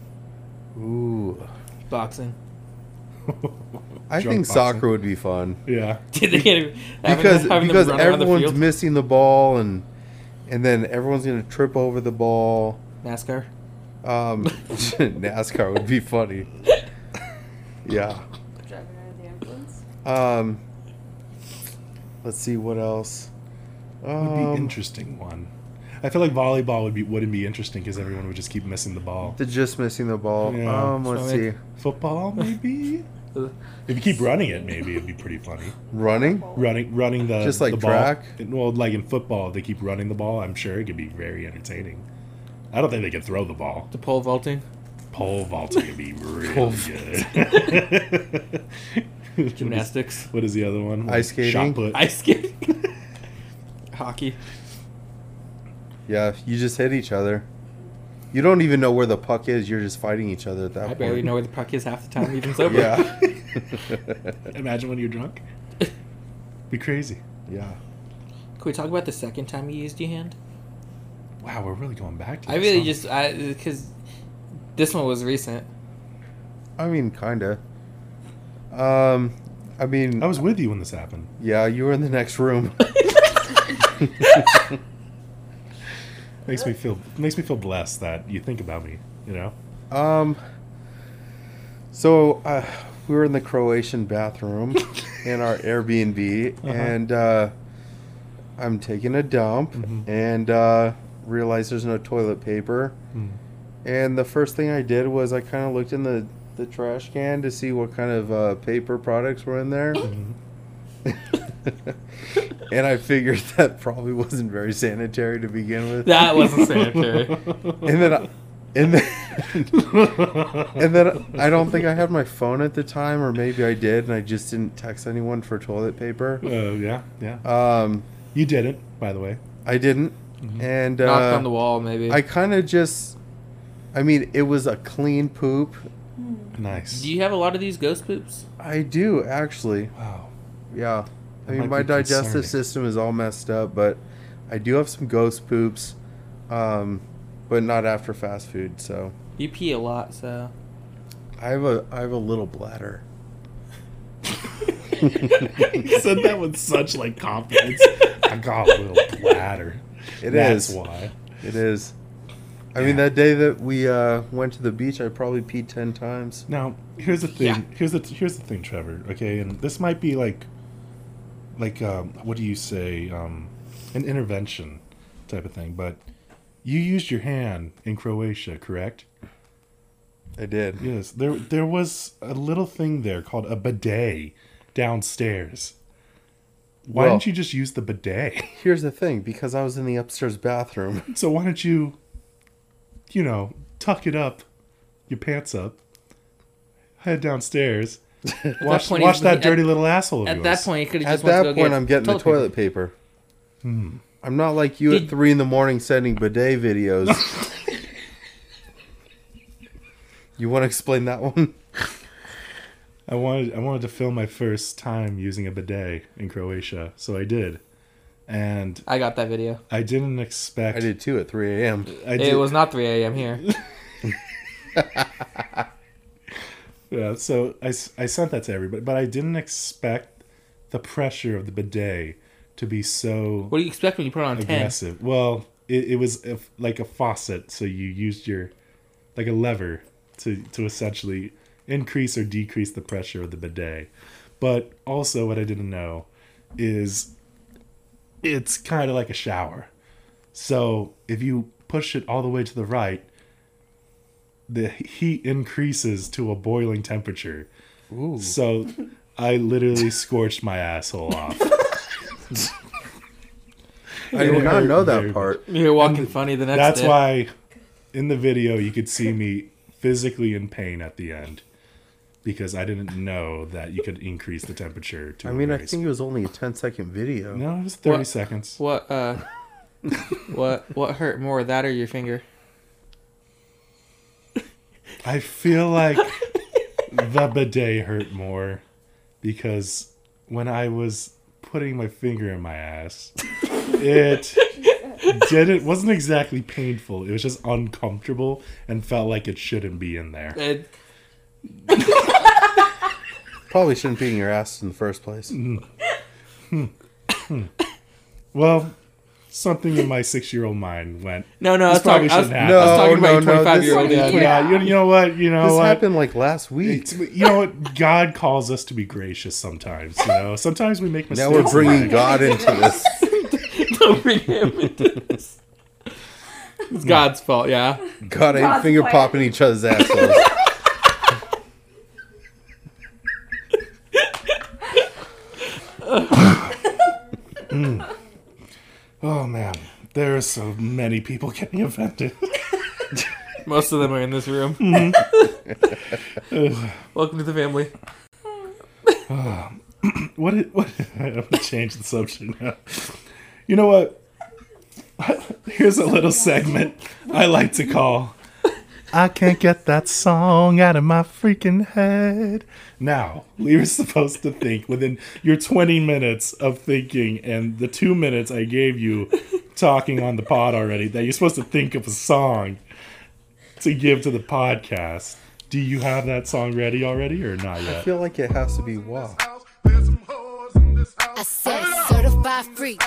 Speaker 3: Ooh.
Speaker 4: Boxing.
Speaker 1: Drunk
Speaker 3: I think
Speaker 1: boxing.
Speaker 3: soccer would be fun
Speaker 1: Yeah.
Speaker 4: Did they get
Speaker 3: because because everyone's missing the ball and and then everyone's gonna trip over the ball.
Speaker 4: NASCAR.
Speaker 3: Um, NASCAR would be funny. Yeah.
Speaker 5: Driving out of the ambulance.
Speaker 3: Um, let's see what else.
Speaker 1: would be
Speaker 3: Um,
Speaker 1: interesting one. I feel like volleyball would be wouldn't be interesting because everyone would just keep missing the ball.
Speaker 3: the just missing the ball.
Speaker 1: Yeah.
Speaker 3: Um, let's
Speaker 4: So
Speaker 3: see.
Speaker 4: it-
Speaker 1: Football maybe. if you keep running it, maybe it'd be pretty funny.
Speaker 3: Running.
Speaker 1: Running, running the
Speaker 3: Just like
Speaker 1: the ball.
Speaker 3: track?
Speaker 1: Well, like in football, they keep running the ball. I'm sure it could be very entertaining. I don't think they could throw the ball.
Speaker 4: The pole vaulting.
Speaker 1: Pole vaulting would be really good.
Speaker 4: Gymnastics.
Speaker 1: What is the other one?
Speaker 3: Ice skating?
Speaker 1: Shot put.
Speaker 4: Ice skating. Hockey.
Speaker 3: Yeah, you just hit each other. You don't even know where the puck is. You're just fighting each other at that
Speaker 4: I
Speaker 3: point.
Speaker 4: barely know where the puck is half the time, even sober.
Speaker 3: Yeah.
Speaker 1: Imagine when you're drunk. Be crazy.
Speaker 3: yeah.
Speaker 4: Can we talk about the second time you used your hand?
Speaker 1: Wow, we're really going back to
Speaker 4: I
Speaker 1: this,
Speaker 4: really
Speaker 1: huh?
Speaker 4: just I because this one was recent.
Speaker 3: I mean, kinda. Um, I mean,
Speaker 1: I was with you when this happened.
Speaker 3: yeah, you were in the next room.
Speaker 1: Makes me feel makes me feel blessed that you think about me, you know?
Speaker 3: Um. So uh, we were in the Croatian bathroom in our Airbnb, and uh, I'm taking a dump
Speaker 1: Mhm.
Speaker 3: and uh, realize there's no toilet paper.
Speaker 1: Mm.
Speaker 3: And the first thing I did was I kind of looked in the the trash can to see what kind of uh, paper products were in there.
Speaker 1: Mm-hmm.
Speaker 3: and I figured that probably wasn't very sanitary to begin with.
Speaker 4: That wasn't sanitary.
Speaker 3: and then, I, and then. And then I don't think I had my phone at the time, or maybe I did, and I just didn't text anyone for toilet paper.
Speaker 1: Uh, yeah, yeah.
Speaker 3: Um,
Speaker 1: You did it, by the way.
Speaker 3: I didn't, and
Speaker 4: Knocked on the
Speaker 3: uh,
Speaker 4: wall, maybe.
Speaker 3: I kind of just, I mean, it was a clean poop.
Speaker 5: Hmm.
Speaker 1: Nice.
Speaker 4: Do you have a lot of these ghost poops?
Speaker 3: I do actually,
Speaker 1: Wow.
Speaker 3: yeah. I
Speaker 1: That might
Speaker 3: mean, my
Speaker 1: be
Speaker 3: digestive
Speaker 1: concerning.
Speaker 3: system is all messed up, but I do have some ghost poops, um, but not after fast food. So
Speaker 4: You pee a lot, so
Speaker 3: I have a I have a little bladder.
Speaker 1: you said that with such like confidence. I got a little bladder.
Speaker 3: It
Speaker 1: That's
Speaker 3: is.
Speaker 1: why.
Speaker 3: It is. I mean, that day that we uh, went to the beach, I probably peed ten times.
Speaker 1: Now, here's the thing.
Speaker 4: Yeah.
Speaker 1: Here's the here's the thing, Trevor. Okay, and this might be like, like um, what do you say, um, an intervention type of thing. But you used your hand in Croatia, correct?
Speaker 3: I did.
Speaker 1: Yes. There there was a little thing there called a bidet downstairs. Why
Speaker 3: Well-
Speaker 1: didn't you just use the bidet?
Speaker 3: Here's the thing, because I was in the upstairs bathroom.
Speaker 1: So why don't you, you know, tuck it up, your pants up, head downstairs, wash,
Speaker 4: point,
Speaker 1: wash
Speaker 4: he's-
Speaker 1: that
Speaker 4: at-
Speaker 1: dirty little asshole of
Speaker 4: at
Speaker 1: yours.
Speaker 4: that point you could have
Speaker 3: At
Speaker 4: just went to
Speaker 3: that
Speaker 4: go
Speaker 3: point,
Speaker 4: get
Speaker 3: I'm getting the
Speaker 4: paper.
Speaker 3: toilet paper.
Speaker 1: Hmm.
Speaker 3: I'm not like you at
Speaker 4: Did-
Speaker 3: three in the morning sending bidet videos. you want to explain that one?
Speaker 1: I wanted I wanted to film my first time using a bidet in Croatia, so I did, and
Speaker 4: I got that video.
Speaker 1: I didn't expect.
Speaker 3: I did too at 3 a.m.
Speaker 1: I
Speaker 4: It
Speaker 1: did-
Speaker 4: was not 3 a.m. here.
Speaker 1: Yeah, so I, s- I sent that to everybody, but I didn't expect the pressure of the bidet to be so
Speaker 4: What do you expect when you put on 10?
Speaker 1: aggressive. Well, it, it was a, like a faucet, so you used your like a lever to to essentially increase or decrease the pressure of the bidet. But also, what I didn't know is it's kind of like a shower. So if you push it all the way to the right, the heat increases to a boiling temperature. So I literally scorched my asshole off.
Speaker 3: I did not
Speaker 1: hurt
Speaker 3: know that
Speaker 1: very
Speaker 3: part.
Speaker 4: You're walking funny the next
Speaker 1: That's
Speaker 4: day.
Speaker 1: why in the video you could see me physically in pain at the end because I didn't know that you could increase the temperature to
Speaker 3: I mean,
Speaker 1: a
Speaker 3: I
Speaker 1: very-
Speaker 3: think it was only a 10 second video.
Speaker 1: No, it was 30
Speaker 4: What?
Speaker 1: seconds.
Speaker 4: What, uh, what, what hurt more, that or your finger?
Speaker 1: I feel like the bidet hurt more because when I was putting my finger in my ass, it did it wasn't exactly painful. It was just uncomfortable and felt like it shouldn't be in there.
Speaker 4: It,
Speaker 3: Probably shouldn't be in your ass in the first place.
Speaker 1: Well, something in my six year old mind went.
Speaker 4: no, no, I
Speaker 1: This
Speaker 4: was,
Speaker 1: probably
Speaker 4: talking, I, was,
Speaker 1: shouldn't
Speaker 4: I was
Speaker 3: happen. No,
Speaker 4: talking about
Speaker 3: no,
Speaker 4: your
Speaker 3: no,
Speaker 4: 25 year old
Speaker 3: this-
Speaker 4: dad.
Speaker 1: Yeah, you, you know what? You know
Speaker 3: This
Speaker 1: what?
Speaker 3: happened like last week.
Speaker 1: It's- you know what? God calls us to be gracious sometimes. You know, sometimes we make mistakes. Oh
Speaker 3: Now we're
Speaker 1: in
Speaker 3: bringing
Speaker 1: life.
Speaker 3: God into this.
Speaker 4: Don't bring him into this. It's God's fault, yeah.
Speaker 3: God ain't
Speaker 5: God's
Speaker 3: finger
Speaker 5: plan.
Speaker 3: popping each other's assholes.
Speaker 1: Oh man, there are so many people getting offended.
Speaker 4: Most of them are in this room. Welcome to the family.
Speaker 1: what? Is, what? I'm gonna change the subject now. You know what? Here's a little segment I like to call I can't get that song out of my freaking head. Now, we were supposed to think within your 20 minutes of thinking and the two minutes I gave you talking on the pod already that you're supposed to think of a song to give to the podcast. Do you have that song ready already or not
Speaker 3: I
Speaker 1: yet?
Speaker 3: feel like it has to be wow.
Speaker 7: I said certified freak.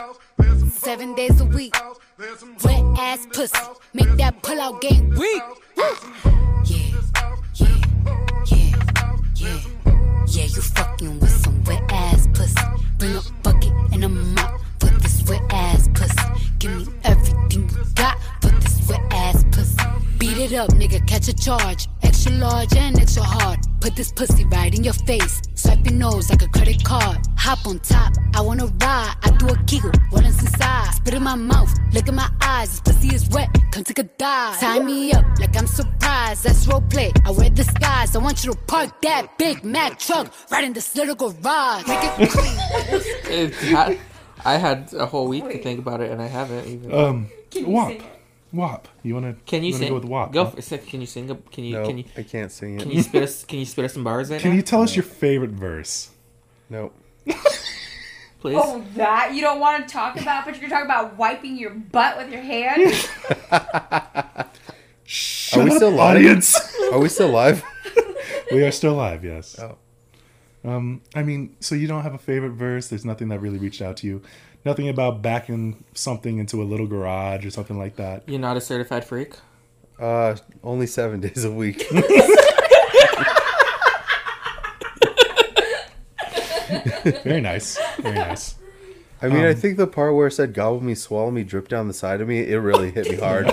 Speaker 7: Seven days a week. Wet ass pussy. Make that pull out game weak. Yeah, yeah, yeah, yeah. Yeah, you fucking with some wet ass pussy. Bring a bucket and a mop for this wet ass pussy. Give me everything you got for this wet ass pussy. Beat it up, nigga, catch a charge. Extra large and extra hard. Put this pussy right in your face. Swipe your nose like a credit card. Hop on top, I wanna ride. I do a giggle, what is inside? Spit in my mouth, look in my eyes. This pussy is wet, come take a dive. Tie me up like I'm surprised. That's role play. I wear disguise. I want you to park that Big Mac truck right in this little garage. Make it clean.
Speaker 4: It's hot. I had a whole week to think about it, and I haven't even.
Speaker 1: Um,
Speaker 5: Can you
Speaker 1: WAP.
Speaker 5: sing it?
Speaker 1: WAP. You want to
Speaker 4: can you sing?
Speaker 1: go with WAP?
Speaker 4: Go
Speaker 1: huh?
Speaker 4: for a sec. Can you sing? a- Can you?
Speaker 3: No,
Speaker 4: Can you?
Speaker 3: I can't sing
Speaker 4: Can
Speaker 3: it.
Speaker 4: you spit us? Can you spit us some bars right
Speaker 1: Can
Speaker 4: now,
Speaker 1: you tell us your favorite verse?
Speaker 3: No.
Speaker 4: please?
Speaker 5: Oh, that you don't want to talk about, but you're talking about wiping your butt with your hand.
Speaker 1: Shut
Speaker 3: we
Speaker 1: up,
Speaker 3: still live?
Speaker 1: audience.
Speaker 3: Are we still live?
Speaker 1: we are still live, yes.
Speaker 3: Oh.
Speaker 1: Um, I mean, so you don't have a favorite verse. There's nothing that really reached out to you. Nothing about backing something into a little garage or something like that.
Speaker 4: You're not a certified freak.
Speaker 3: Uh, only seven days a week.
Speaker 1: Very nice. Very nice.
Speaker 3: I mean, I
Speaker 1: Um,
Speaker 3: think the part where it said "gobble me, swallow me, drip down the side of me," it really hit me hard.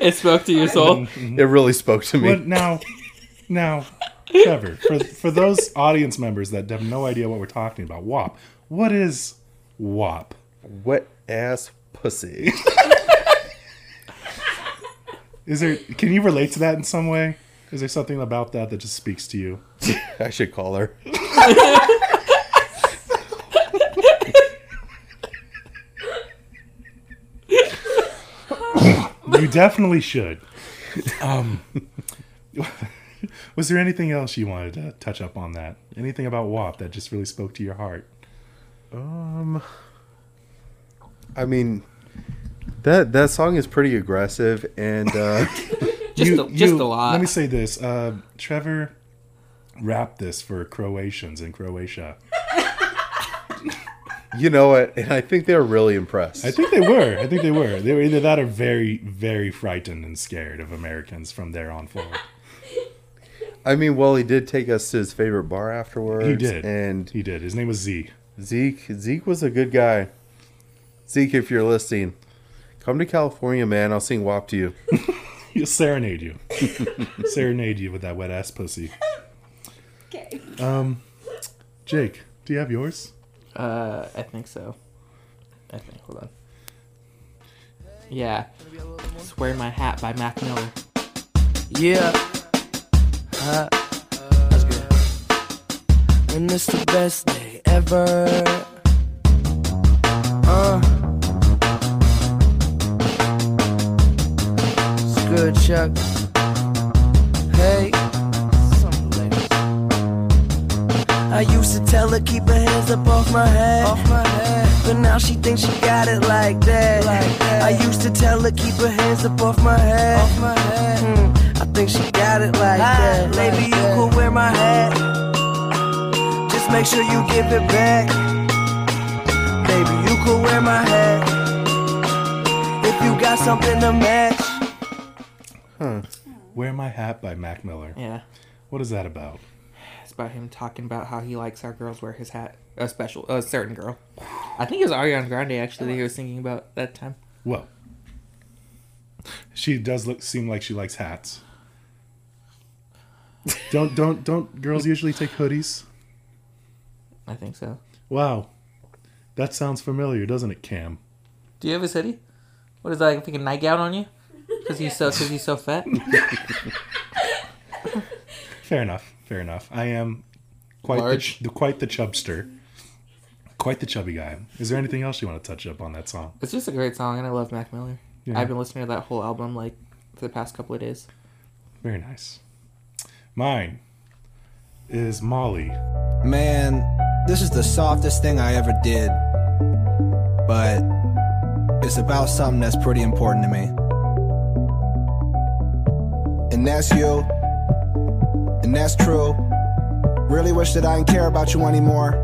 Speaker 4: It spoke to your soul.
Speaker 3: it really spoke to me.
Speaker 1: But now, now, Trevor, for for those audience members that have no idea what we're talking about, WAP. What is WAP?
Speaker 3: Wet ass pussy.
Speaker 1: Is there? Can you relate to that in some way? Is there something about that that just speaks to you?
Speaker 3: I should call her.
Speaker 1: You definitely should. Um, was there anything else you wanted to touch up on that? Anything about WAP that just really spoke to your heart?
Speaker 3: Um, I mean, that that song is pretty aggressive, and uh,
Speaker 4: Just,
Speaker 1: You-
Speaker 4: a, just
Speaker 1: you-
Speaker 4: a lot.
Speaker 1: Let me say this: uh, Trevor wrapped this for Croatians in Croatia.
Speaker 3: you know what? And I think they're really impressed.
Speaker 1: I think they were. I think they were. They were either that or very, very frightened and scared of Americans from there on forward.
Speaker 3: I mean, well, he did take us to his favorite bar afterwards.
Speaker 1: He did.
Speaker 3: and
Speaker 1: He did. His name was Z.
Speaker 3: Zeke Zeke was a good guy. Zeke, if you're listening, come to California, man. I'll sing WAP to you.
Speaker 1: He'll serenade you. serenade you with that wet ass pussy.
Speaker 5: okay.
Speaker 1: Um, Jake, do you have yours?
Speaker 4: Uh, I think so. I think. Hold on. Yeah. It's Wear My Hat by Mac Miller.
Speaker 8: Yeah. Huh. That's good. And it's the best day ever. Uh. It's good, Chuck. Hey. Something like that. I used to tell her keep her hands up off my head, off my head. but now she thinks she got it like that. Like that. I used to tell her keep her hands up off my head, off my head. Hmm, I think she got it like that. Maybe you could wear my hat. Just make sure you give it back. Baby, you could wear my hat if you got something to match.
Speaker 1: Wear My Hat by Mac Miller.
Speaker 4: Yeah.
Speaker 1: What is that about?
Speaker 4: It's about him talking about how he likes how girls wear his hat. A special, a certain girl. I think it was Ariana Grande actually that he was thinking about that time.
Speaker 1: Well, she does look seem like she likes hats. Don't don't don't girls usually take hoodies?
Speaker 4: I think so.
Speaker 1: Wow, that sounds familiar, doesn't it, Cam?
Speaker 4: Do you have a hoodie? What is that? Like, like a nightgown on you? Because he's so, because he's so fat.
Speaker 1: Fair enough. Fair enough. I am quite
Speaker 4: Large.
Speaker 1: the, the quite the chubster, quite the chubby guy. Is there anything else you want to touch up on that song?
Speaker 4: It's just a great song, and I love Mac Miller.
Speaker 1: Yeah.
Speaker 4: I've been listening to that whole album like for the past couple of days.
Speaker 1: Very nice. Mine is Molly.
Speaker 9: Man, this is the softest thing I ever did. But it's about something that's pretty important to me. And that's you. And that's true. Really wish that I didn't care about you anymore.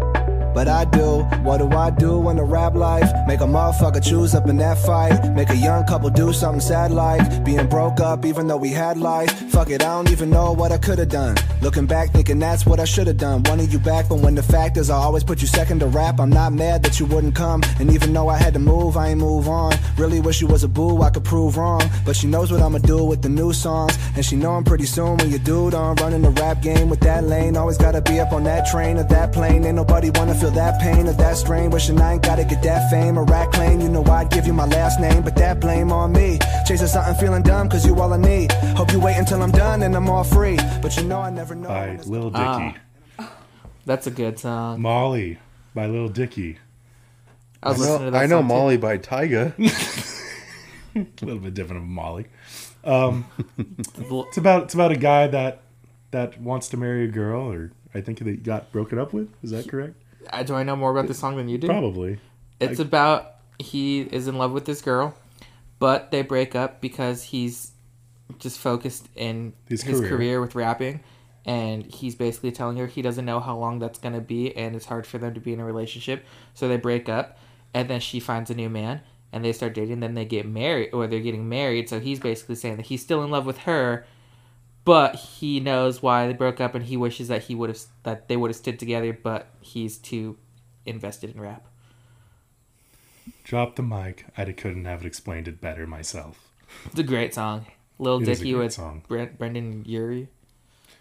Speaker 9: But I do. What do I do in the rap life? Make a motherfucker choose up in that fight. Make a young couple do something sad like being broke up, even though we had life. Fuck it, I don't even know what I could have done. Looking back, thinking that's what I should have done. Wanting you back, but when the fact is, I always put you second to rap. I'm not mad that you wouldn't come. And even though I had to move, I ain't move on. Really wish you was a boo, I could prove wrong. But she knows what I'ma do with the new songs. And she know I'm pretty soon when you dude on running the rap game with that lane. Always gotta be up on that train or that plane. Ain't nobody wanna feel that pain or that strain. Wishing I ain't gotta get that fame or rat claim. You know I'd give you my last name, but that blame on me. Chasing something, feeling dumb, cause you all I need. Hope you wait until I'm done and I'm all free. But you know I never know.
Speaker 1: by
Speaker 9: when it's-
Speaker 1: Lil Dicky.
Speaker 4: Ah. That's a good song.
Speaker 1: Molly by Lil Dicky.
Speaker 4: I was
Speaker 3: I
Speaker 4: listening to
Speaker 3: know,
Speaker 4: that
Speaker 3: I know
Speaker 4: song, too.
Speaker 3: Molly by Tyga.
Speaker 1: A little bit different of Molly. Um,
Speaker 4: Bl-
Speaker 1: it's about it's about a guy that that wants to marry a girl, or I think that he got broken up with. Is that correct?
Speaker 4: I- Do I know more about this song than you do?
Speaker 1: Probably.
Speaker 4: It's about he is in love with this girl, but they break up because he's just focused in
Speaker 1: His
Speaker 4: his,
Speaker 1: career.
Speaker 4: career. with rapping, and he's basically telling her he doesn't know how long that's gonna be, and it's hard for them to be in a relationship. So they break up, and then she finds a new man, and they start dating. Then they get married, or they're getting married. So he's basically saying that he's still in love with her, but he knows why they broke up, and he wishes that he would have that they would have stood together, but he's too invested in rap.
Speaker 1: Drop the mic. I couldn't have explained it better myself.
Speaker 4: It's a great song. Lil
Speaker 1: It is a
Speaker 4: Dicky
Speaker 1: great
Speaker 4: with
Speaker 1: song.
Speaker 4: Brent, Brendan Urie.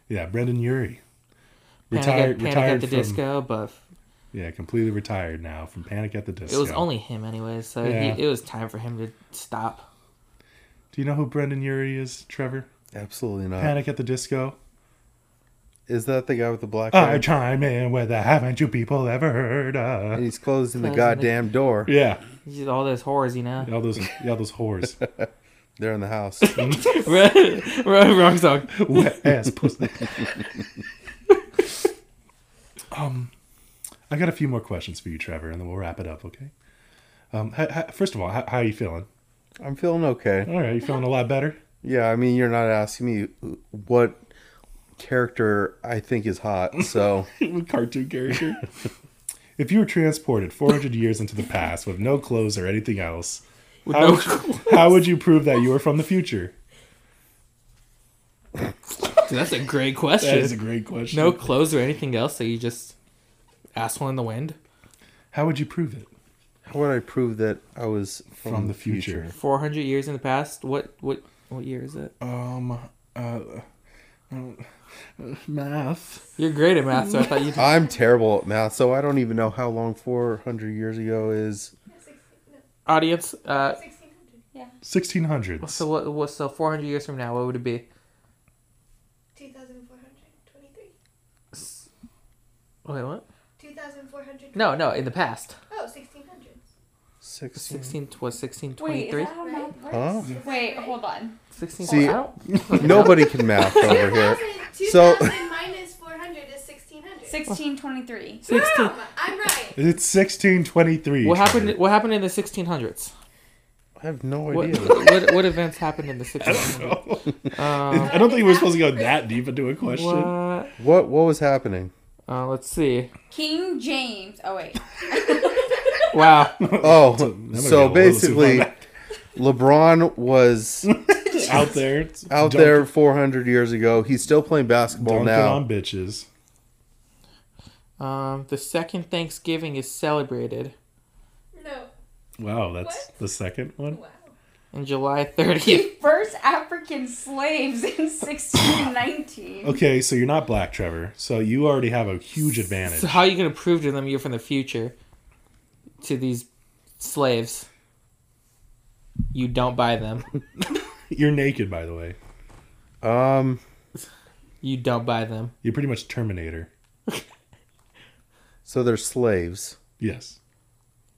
Speaker 1: Yeah, Brendan Urie.
Speaker 4: Panic,
Speaker 1: Retired,
Speaker 4: at, Panic
Speaker 1: retired
Speaker 4: at the
Speaker 1: from,
Speaker 4: Disco, but
Speaker 1: Yeah, completely retired now from Panic at the Disco.
Speaker 4: it was only him anyways, so
Speaker 1: Yeah.
Speaker 4: he, it was time for him to stop.
Speaker 1: Do you know who Brendan Urie is, Trevor?
Speaker 3: Absolutely
Speaker 4: Uh,
Speaker 3: not.
Speaker 1: Panic at the Disco.
Speaker 3: Is that the guy with the black hair?
Speaker 1: Ah, I chime in with a haven't you people ever heard of?
Speaker 3: and he's closing the
Speaker 4: Closing the-
Speaker 3: goddamn door.
Speaker 1: Yeah,
Speaker 4: He's just all those whores, you know.
Speaker 1: all those, yeah, those whores.
Speaker 3: They're in the house.
Speaker 4: Wrong wrong song.
Speaker 1: wet ass pussy. um, I got a few more questions for you, Trevor, and then we'll wrap it up. Okay. Um, h- h- first of all, how, how are you feeling?
Speaker 3: I'm feeling okay.
Speaker 1: All right, you feeling a lot better?
Speaker 3: Yeah, I mean, you're not asking me what character I think is hot, so
Speaker 1: Cartoon character. if you were transported 400 years into the past with no clothes or anything else, how,
Speaker 4: no
Speaker 1: would, how would you prove that you were from the future?
Speaker 4: Dude, that's a great question.
Speaker 1: great question.
Speaker 4: no clothes or anything else, so you just ass one in the wind.
Speaker 1: How would you prove it
Speaker 3: how would I prove that I was
Speaker 1: from, the future?
Speaker 4: Four hundred years in the past. What what what year is it?
Speaker 1: Um, uh, math.
Speaker 4: You're great at math, so I thought you.
Speaker 3: I'm terrible at math, so I don't even know how long 400 years ago is.
Speaker 4: Audience, uh,
Speaker 2: 1600.
Speaker 1: 1600s.
Speaker 4: so what? What? So four hundred years from now, what would it be?
Speaker 2: 2423.
Speaker 4: Wait, what?
Speaker 2: 2400.
Speaker 4: No, no, in the past.
Speaker 2: Oh, 1600.
Speaker 3: 16.
Speaker 4: Sixteen was sixteen
Speaker 5: Mm. Wait,
Speaker 4: twenty
Speaker 5: is
Speaker 4: three.
Speaker 5: that how math works?
Speaker 3: Huh?
Speaker 5: Wait, hold on.
Speaker 4: 16
Speaker 3: See-
Speaker 4: I don't-
Speaker 3: Nobody can math over here.
Speaker 2: 2000
Speaker 3: So-
Speaker 2: 2000 minus 400 is 1600.
Speaker 5: 1623.
Speaker 4: 16
Speaker 2: Boom! I'm right.
Speaker 1: It's 1623.
Speaker 4: what
Speaker 1: Trevor.
Speaker 4: happened what happened in the 1600s
Speaker 3: I have no
Speaker 4: what,
Speaker 3: idea.
Speaker 4: what what events happened in the 1600s
Speaker 1: I don't think we're supposed to go that deep into a question.
Speaker 4: Uh, what?
Speaker 3: What what was happening?
Speaker 4: Uh, let's see
Speaker 5: King James. Oh, wait.
Speaker 4: wow
Speaker 3: Oh,
Speaker 1: That might
Speaker 3: so
Speaker 1: be a little too far
Speaker 3: basically,
Speaker 1: back.
Speaker 3: LeBron was
Speaker 1: out there,
Speaker 3: out
Speaker 1: dunking-
Speaker 3: there 400 years ago. He's still playing basketball
Speaker 1: dunking
Speaker 3: now.
Speaker 1: on bitches.
Speaker 4: um, the second Thanksgiving is celebrated
Speaker 2: No.
Speaker 1: Wow, that's the second one.
Speaker 2: Wow.
Speaker 4: on July 30th
Speaker 5: First African slaves in 1619.
Speaker 1: Okay, so you're not black, Trevor. So you already have a huge advantage.
Speaker 4: so how are you gonna prove to them you're from the future to these slaves you don't buy them
Speaker 1: You're naked, by the way.
Speaker 3: Um,
Speaker 4: you don't buy them
Speaker 1: You're pretty much Terminator.
Speaker 3: so they're slaves.
Speaker 1: Yes,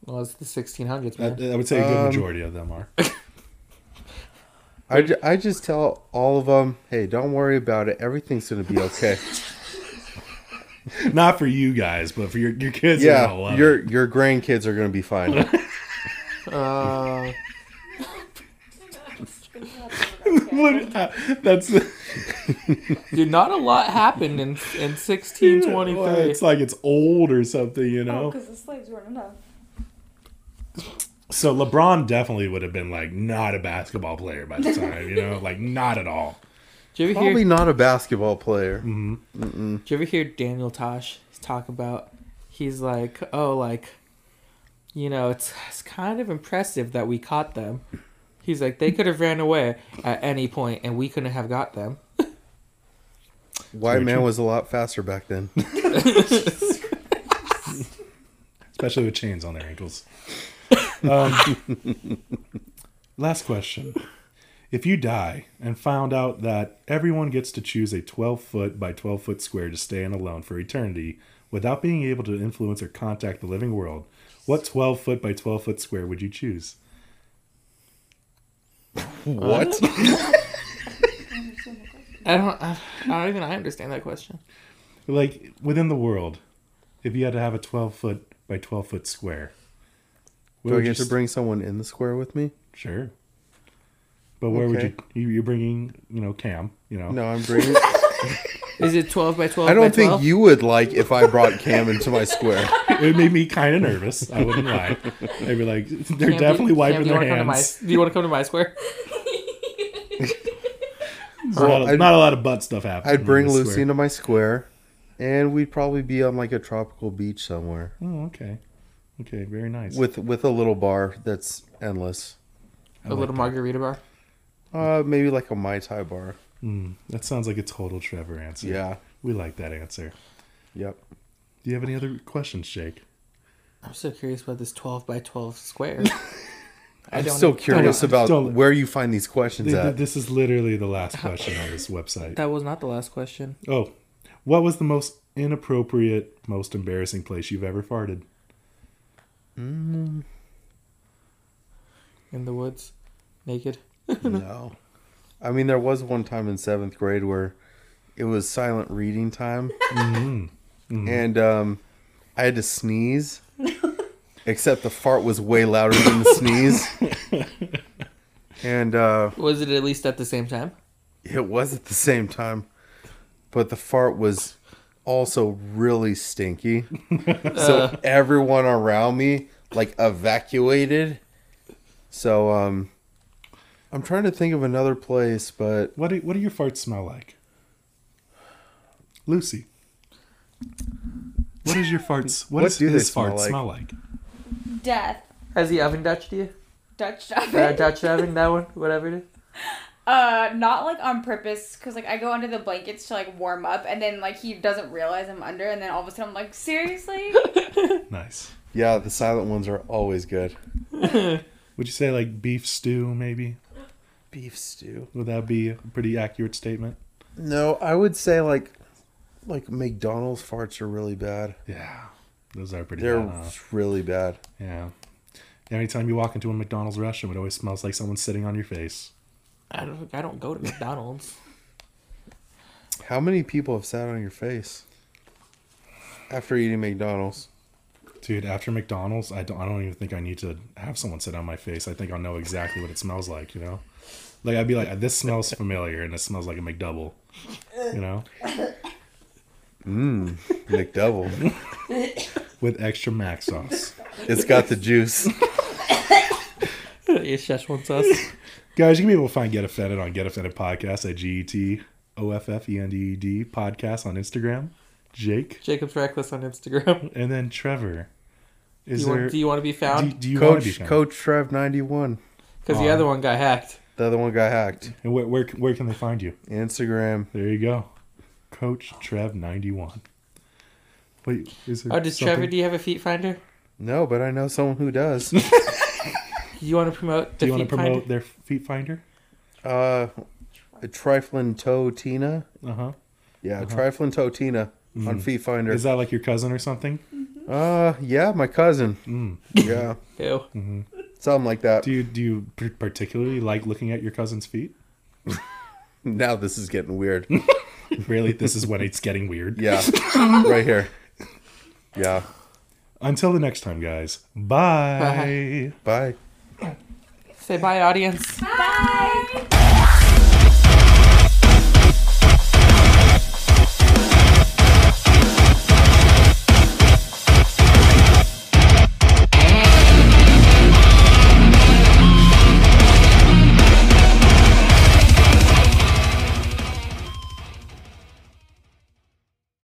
Speaker 4: well it's the 1600s
Speaker 1: I,
Speaker 4: man
Speaker 1: I would say a good
Speaker 3: Um,
Speaker 1: majority of them are.
Speaker 3: I, ju- I just tell all of them, hey, don't worry about it. Everything's going to be okay.
Speaker 1: Not for you guys, but for your, your kids. are gonna
Speaker 3: yeah,
Speaker 1: love
Speaker 3: your your grandkids are going to be fine.
Speaker 4: Uh,
Speaker 1: it. Look, uh, that's
Speaker 4: dude, not a lot happened in in sixteen twenty
Speaker 1: Well,
Speaker 4: three.
Speaker 1: It's like it's old or something, you know.
Speaker 5: because the slaves weren't enough.
Speaker 1: So LeBron definitely would have been like not a basketball player by the time, you know, like not at all.
Speaker 4: Do you ever hear
Speaker 3: Probably not a basketball player.
Speaker 4: Did you ever hear Daniel Tosh talk about? He's like, oh, like, you know, it's it's kind of impressive that we caught them. He's like, they could have ran away at any point, and we couldn't have got them.
Speaker 3: White man was a lot faster back then.
Speaker 1: especially with chains on their ankles. Um, last question: If you die and found out that everyone gets to choose a 12 foot by 12 foot square to stay in alone for eternity without being able to influence or contact the living world, what 12 foot by 12 foot square would you choose?
Speaker 3: What?
Speaker 4: I don't, I, I don't even I understand that question.
Speaker 1: Like within the world, if you had to have a 12 foot by 12 foot square, where
Speaker 3: Do I
Speaker 1: would
Speaker 3: get
Speaker 1: you
Speaker 3: to
Speaker 1: s-
Speaker 3: bring someone in the square with me?
Speaker 1: Sure. But where
Speaker 3: Okay.
Speaker 1: would you, you? You're bringing, you know, Cam. You know,
Speaker 3: No, I'm bringing.
Speaker 4: Is it twelve by twelve?
Speaker 3: I
Speaker 4: by
Speaker 3: don't think
Speaker 4: 12?
Speaker 3: you would like if I brought Cam into my square.
Speaker 1: it made me kind of nervous. I wouldn't lie. They'd be like, they're
Speaker 4: Cam, do-
Speaker 1: definitely
Speaker 4: Cam,
Speaker 1: wiping
Speaker 4: do you
Speaker 1: their
Speaker 4: wanna come to my-
Speaker 1: hands.
Speaker 4: do you want to come to my square?
Speaker 1: There's a lot of-
Speaker 3: I'd-
Speaker 1: not a lot of butt stuff happening.
Speaker 3: I'd bring
Speaker 1: I swear.
Speaker 3: Lucy into my square, and we'd probably be on like a tropical beach somewhere
Speaker 1: Oh, okay. Okay, very nice.
Speaker 3: with with a little bar that's endless.
Speaker 4: A little margarita bar.
Speaker 3: Uh, maybe like a mai tai bar.
Speaker 1: Mm, that sounds like a total Trevor answer.
Speaker 3: Yeah.
Speaker 1: We like that answer.
Speaker 3: Yep.
Speaker 1: Do you have any other questions, Jake?
Speaker 4: I'm so curious about this twelve by twelve square. I
Speaker 3: I'm
Speaker 4: don't
Speaker 3: still
Speaker 4: know.
Speaker 3: curious
Speaker 1: don't-
Speaker 3: about
Speaker 1: don't-
Speaker 3: where you find these questions
Speaker 1: Th- th-
Speaker 3: at.
Speaker 1: This is literally the last question on this website.
Speaker 4: That was not the last question.
Speaker 1: Oh, what was the most inappropriate, most embarrassing place you've ever farted?
Speaker 4: In the woods, naked.
Speaker 3: no. I mean, there was one time in seventh grade where it was silent reading time, and um, I had to sneeze. Except the fart was way louder than the sneeze, and uh,
Speaker 4: Was it at least at the same time?
Speaker 3: It was at the same time, but the fart was also really stinky. so everyone around me like evacuated. So um I'm trying to think of another place, but
Speaker 1: What do, what do your farts smell like? Lucy. What is your farts? What,
Speaker 3: What
Speaker 1: does
Speaker 3: do they
Speaker 1: his
Speaker 3: smell
Speaker 1: fart
Speaker 3: like?
Speaker 1: smell like?
Speaker 5: Death.
Speaker 4: Has he oven Dutched you?
Speaker 5: Dutch oven.
Speaker 4: Uh, Dutch oven, that one, whatever it is.
Speaker 5: Uh, not like on purpose, cause like I go under the blankets to like warm up, and then like he doesn't realize I'm under, and then all of a sudden I'm like, seriously?
Speaker 1: Nice.
Speaker 3: yeah, the silent ones are always good.
Speaker 1: Would you say like beef stew, maybe?
Speaker 3: Beef stew.
Speaker 1: Would that be a pretty accurate statement?
Speaker 3: No, I would say like like McDonald's farts are really bad.
Speaker 1: Yeah. Those are pretty
Speaker 3: They're
Speaker 1: bad, huh?
Speaker 3: really bad.
Speaker 1: Yeah. Anytime you walk into a McDonald's restaurant, it always smells like someone sitting on your face.
Speaker 4: I don't. I don't go to McDonald's.
Speaker 3: How many people have sat on your face after eating McDonald's?
Speaker 1: Dude, after McDonald's, I don't, I don't even think I need to have someone sit on my face. I think I'll know exactly what it smells like, you know? Like, I'd be like, this smells familiar, and it smells like a McDouble, you know?
Speaker 3: Hmm. McDouble.
Speaker 1: With extra mac sauce.
Speaker 3: It's got the juice.
Speaker 4: Your Szechuan sauce.
Speaker 1: Guys, you can be able to find Get Offended on Get Offended Podcast at E G-E-T, E O-F-F-E-N-D-E-D podcast on Instagram. Jake.
Speaker 4: Jacob's reckless on Instagram.
Speaker 1: And then Trevor.
Speaker 4: Do
Speaker 1: Is
Speaker 4: you,
Speaker 1: there...
Speaker 4: want, do you want to be
Speaker 1: do,
Speaker 4: found?
Speaker 1: do you want to be
Speaker 3: Coach
Speaker 1: found?
Speaker 3: Coach Trev ninety one.
Speaker 4: Because the other one got hacked.
Speaker 3: The other one got hacked.
Speaker 1: And where, where where can they find you?
Speaker 3: Instagram.
Speaker 1: There you go, Coach Trev ninety one. Wait, is there
Speaker 4: Oh, does
Speaker 1: something-
Speaker 4: Trevor? Do you have a feet finder?
Speaker 3: No, but I know someone who does.
Speaker 4: Do you want to promote
Speaker 1: Do
Speaker 4: the
Speaker 1: you want
Speaker 4: feet
Speaker 1: to promote
Speaker 4: finder?
Speaker 1: their feet finder?
Speaker 3: Uh, a triflin toe Tina.
Speaker 1: Uh huh.
Speaker 3: Yeah, triflin toe Tina on Feet Finder.
Speaker 1: Is that like your cousin or something?
Speaker 3: uh, yeah, my cousin. Yeah,
Speaker 4: Ew.
Speaker 3: something like that.
Speaker 1: Do you do you par- particularly like looking at your cousin's feet?
Speaker 3: Now this is getting weird.
Speaker 1: Really, this is when it's getting weird.
Speaker 3: Yeah. right here. Yeah.
Speaker 1: Until the next time, guys. Bye.
Speaker 3: Bye.
Speaker 4: Say bye, audience.
Speaker 5: Bye.